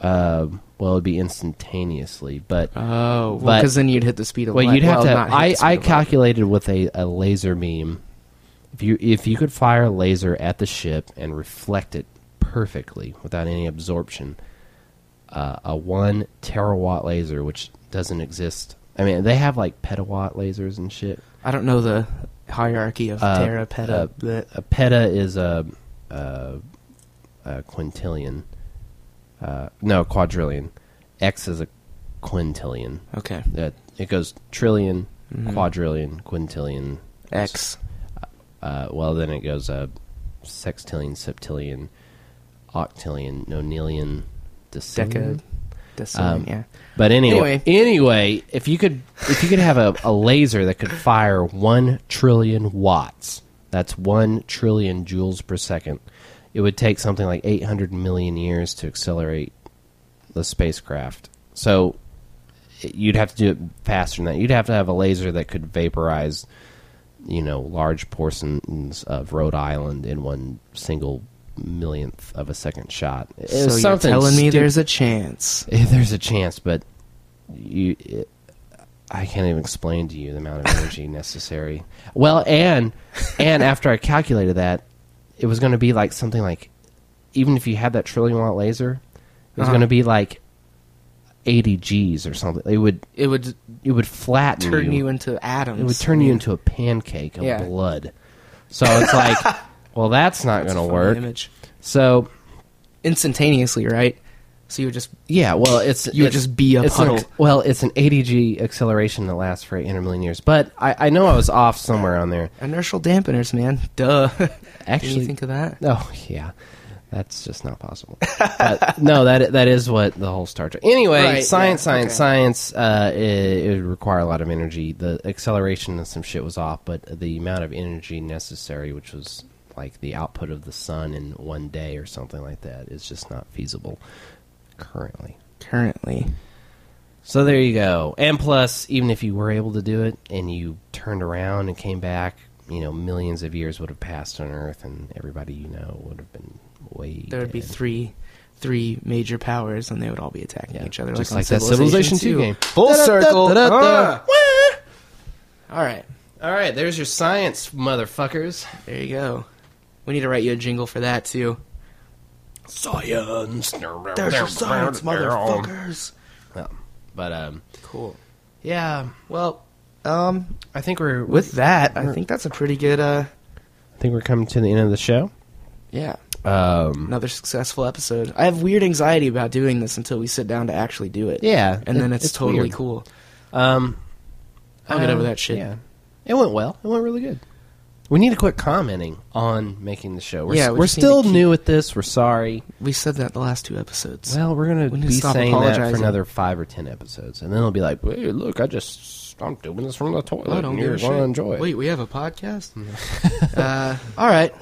Speaker 2: uh, well, it'd be instantaneously, but
Speaker 1: Oh,
Speaker 2: But-
Speaker 1: because then you'd hit the speed of
Speaker 2: well,
Speaker 1: light.
Speaker 2: you'd
Speaker 1: not
Speaker 2: have to.
Speaker 1: hit the
Speaker 2: I,
Speaker 1: speed
Speaker 2: I
Speaker 1: of light.
Speaker 2: calculated with a, a laser beam. If you if you could fire a laser at the ship and reflect it perfectly without any absorption, uh, a one terawatt laser, which doesn't exist. I mean, they have like petawatt lasers and shit.
Speaker 1: I don't know the hierarchy of
Speaker 2: Uh,
Speaker 1: Terra Peta.
Speaker 2: uh,
Speaker 1: the-
Speaker 2: A peta is a, a, a quintillion. Uh, no, quadrillion. X is a quintillion.
Speaker 1: okay,
Speaker 2: That it goes 1000000000000 quadrillion, quintillion,
Speaker 1: X.
Speaker 2: uh, well then it goes uh, sextillion, septillion, octillion, nonillion,
Speaker 1: Deca.
Speaker 2: decillion.
Speaker 1: Decillion,
Speaker 2: Um,
Speaker 1: yeah.
Speaker 2: But anyway,
Speaker 1: Anyway.
Speaker 2: anyway, if you could, if you could have a, a laser that could fire one trillion watts, that's one trillion joules per second. It would take something like eight hundred million years to accelerate the spacecraft. So it- you'd have to do it faster than that. You'd have to have a laser that could vaporize, you know, large portions of Rhode Island in one single millionth of a second shot. It
Speaker 1: So
Speaker 2: was
Speaker 1: you're
Speaker 2: something
Speaker 1: telling me
Speaker 2: stu-
Speaker 1: there's a chance.
Speaker 2: Eh, There's a chance, but you it, I can't even explain to you the amount of
Speaker 1: (laughs)
Speaker 2: energy necessary. Well, and and after I calculated that, it was going to be like something like even if you had that trillion watt laser, it was
Speaker 1: Uh-huh.
Speaker 2: going to be like 80 Gs or something. It would
Speaker 1: It would
Speaker 2: it would flatten
Speaker 1: turn you into atoms.
Speaker 2: it would turn you into a pancake of
Speaker 1: Yeah.
Speaker 2: blood. So it's
Speaker 1: (laughs)
Speaker 2: like, well, that's not going to
Speaker 1: Funny
Speaker 2: work.
Speaker 1: Image.
Speaker 2: So
Speaker 1: Instantaneously, right? So you would just
Speaker 2: yeah, well, it's
Speaker 1: You would
Speaker 2: it's-
Speaker 1: just be a
Speaker 2: it's an-
Speaker 1: puddle.
Speaker 2: well, it's an 80 G acceleration that lasts for 800 million years. But I, I know I was off somewhere on there.
Speaker 1: inertial dampeners, man. Duh. (laughs) Did
Speaker 2: Actually,
Speaker 1: you think of that?
Speaker 2: oh yeah. That's just not possible.
Speaker 1: (laughs)
Speaker 2: But no, that that is what the whole Star Trek. Anyway,
Speaker 1: Right,
Speaker 2: science,
Speaker 1: yeah,
Speaker 2: science,
Speaker 1: okay.
Speaker 2: science. Uh, it, it would require a lot of energy. The acceleration and some shit was off, but the amount of energy necessary, which was like the output of the sun in one day or something like that, is just not feasible currently.
Speaker 1: Currently,
Speaker 2: So there you go. And plus, even if you were able to do it and you turned around and came back, you know, millions of years would have passed on Earth, and everybody you know would have been way.
Speaker 1: there would be
Speaker 2: dead.
Speaker 1: three, three major powers, and they would all be attacking
Speaker 2: Yeah,
Speaker 1: each other,
Speaker 2: just
Speaker 1: on
Speaker 2: like that Civilization 2 game.
Speaker 1: Full circle.
Speaker 2: Da-da-da-da-da.
Speaker 1: Ah.
Speaker 2: Ah.
Speaker 1: All right,
Speaker 2: All right, there's your science, motherfuckers.
Speaker 1: there you go. We need to write you a jingle for that too.
Speaker 2: Science.
Speaker 1: There's your science, motherfuckers.
Speaker 2: But um,
Speaker 1: Cool.
Speaker 2: yeah.
Speaker 1: Well, um,
Speaker 2: I think we're
Speaker 1: with that, I think that's a pretty good. uh
Speaker 2: I think we're coming to the end of the show.
Speaker 1: Yeah,
Speaker 2: Um,
Speaker 1: another successful episode. I have weird anxiety about doing this until we sit down to actually do it.
Speaker 2: yeah,
Speaker 1: and then
Speaker 2: it-
Speaker 1: it's, totally
Speaker 2: weird.
Speaker 1: cool.
Speaker 2: Um,
Speaker 1: I'll get
Speaker 2: uh,
Speaker 1: over that shit.
Speaker 2: Yeah, it went well. It went really good. We need to quit commenting on making the show. We're,
Speaker 1: Yeah,
Speaker 2: we
Speaker 1: we
Speaker 2: are
Speaker 1: just need to
Speaker 2: still
Speaker 1: keep-
Speaker 2: new at this. We're sorry.
Speaker 1: We said that the last two episodes.
Speaker 2: Well, we're gonna
Speaker 1: We
Speaker 2: be
Speaker 1: need to stop
Speaker 2: saying that for
Speaker 1: apologizing.
Speaker 2: another five or ten episodes, and then it'll be like, "Hey, look, I just I'm doing this from the toilet.
Speaker 1: I don't
Speaker 2: and
Speaker 1: give
Speaker 2: you're
Speaker 1: a
Speaker 2: gonna
Speaker 1: shit.
Speaker 2: enjoy it."
Speaker 1: Wait, we have a podcast? (laughs) uh, all right.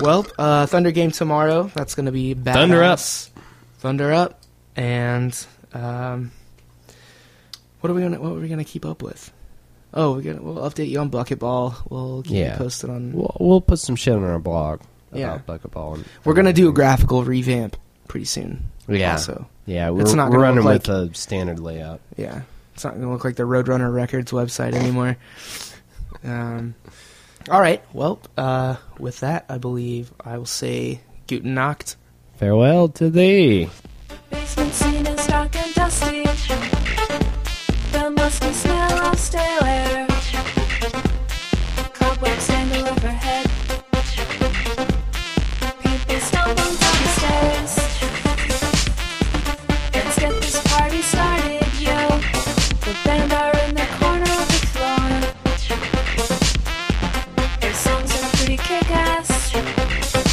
Speaker 1: Well, uh, Thunder game tomorrow. That's going to be bad.
Speaker 2: Thunder up.
Speaker 1: Thunder up. And um, what are we gonna? What are we gonna keep up with? Oh, we're gonna we'll update you on bucketball. We'll keep
Speaker 2: Yeah.
Speaker 1: you posted on.
Speaker 2: We'll, we'll put some shit on our blog
Speaker 1: Yeah.
Speaker 2: about bucket ball. And,
Speaker 1: we're gonna do a graphical revamp pretty soon.
Speaker 2: Yeah.
Speaker 1: Also,
Speaker 2: Yeah, we're,
Speaker 1: It's not
Speaker 2: we're
Speaker 1: gonna
Speaker 2: running
Speaker 1: look
Speaker 2: with a standard layout.
Speaker 1: Yeah. It's not going to look like the Roadrunner Records website anymore. Um, all right. Well, uh, with that, I believe I will say Guten Nacht.
Speaker 2: Farewell to thee.
Speaker 6: Basement scene is dark and dusty. The musty smell of stale air. Cobwebs dangle overhead. People stumble down the stairs. Let's get this party started, yo. The band are in the corner of the floor. Their songs are pretty kick-ass.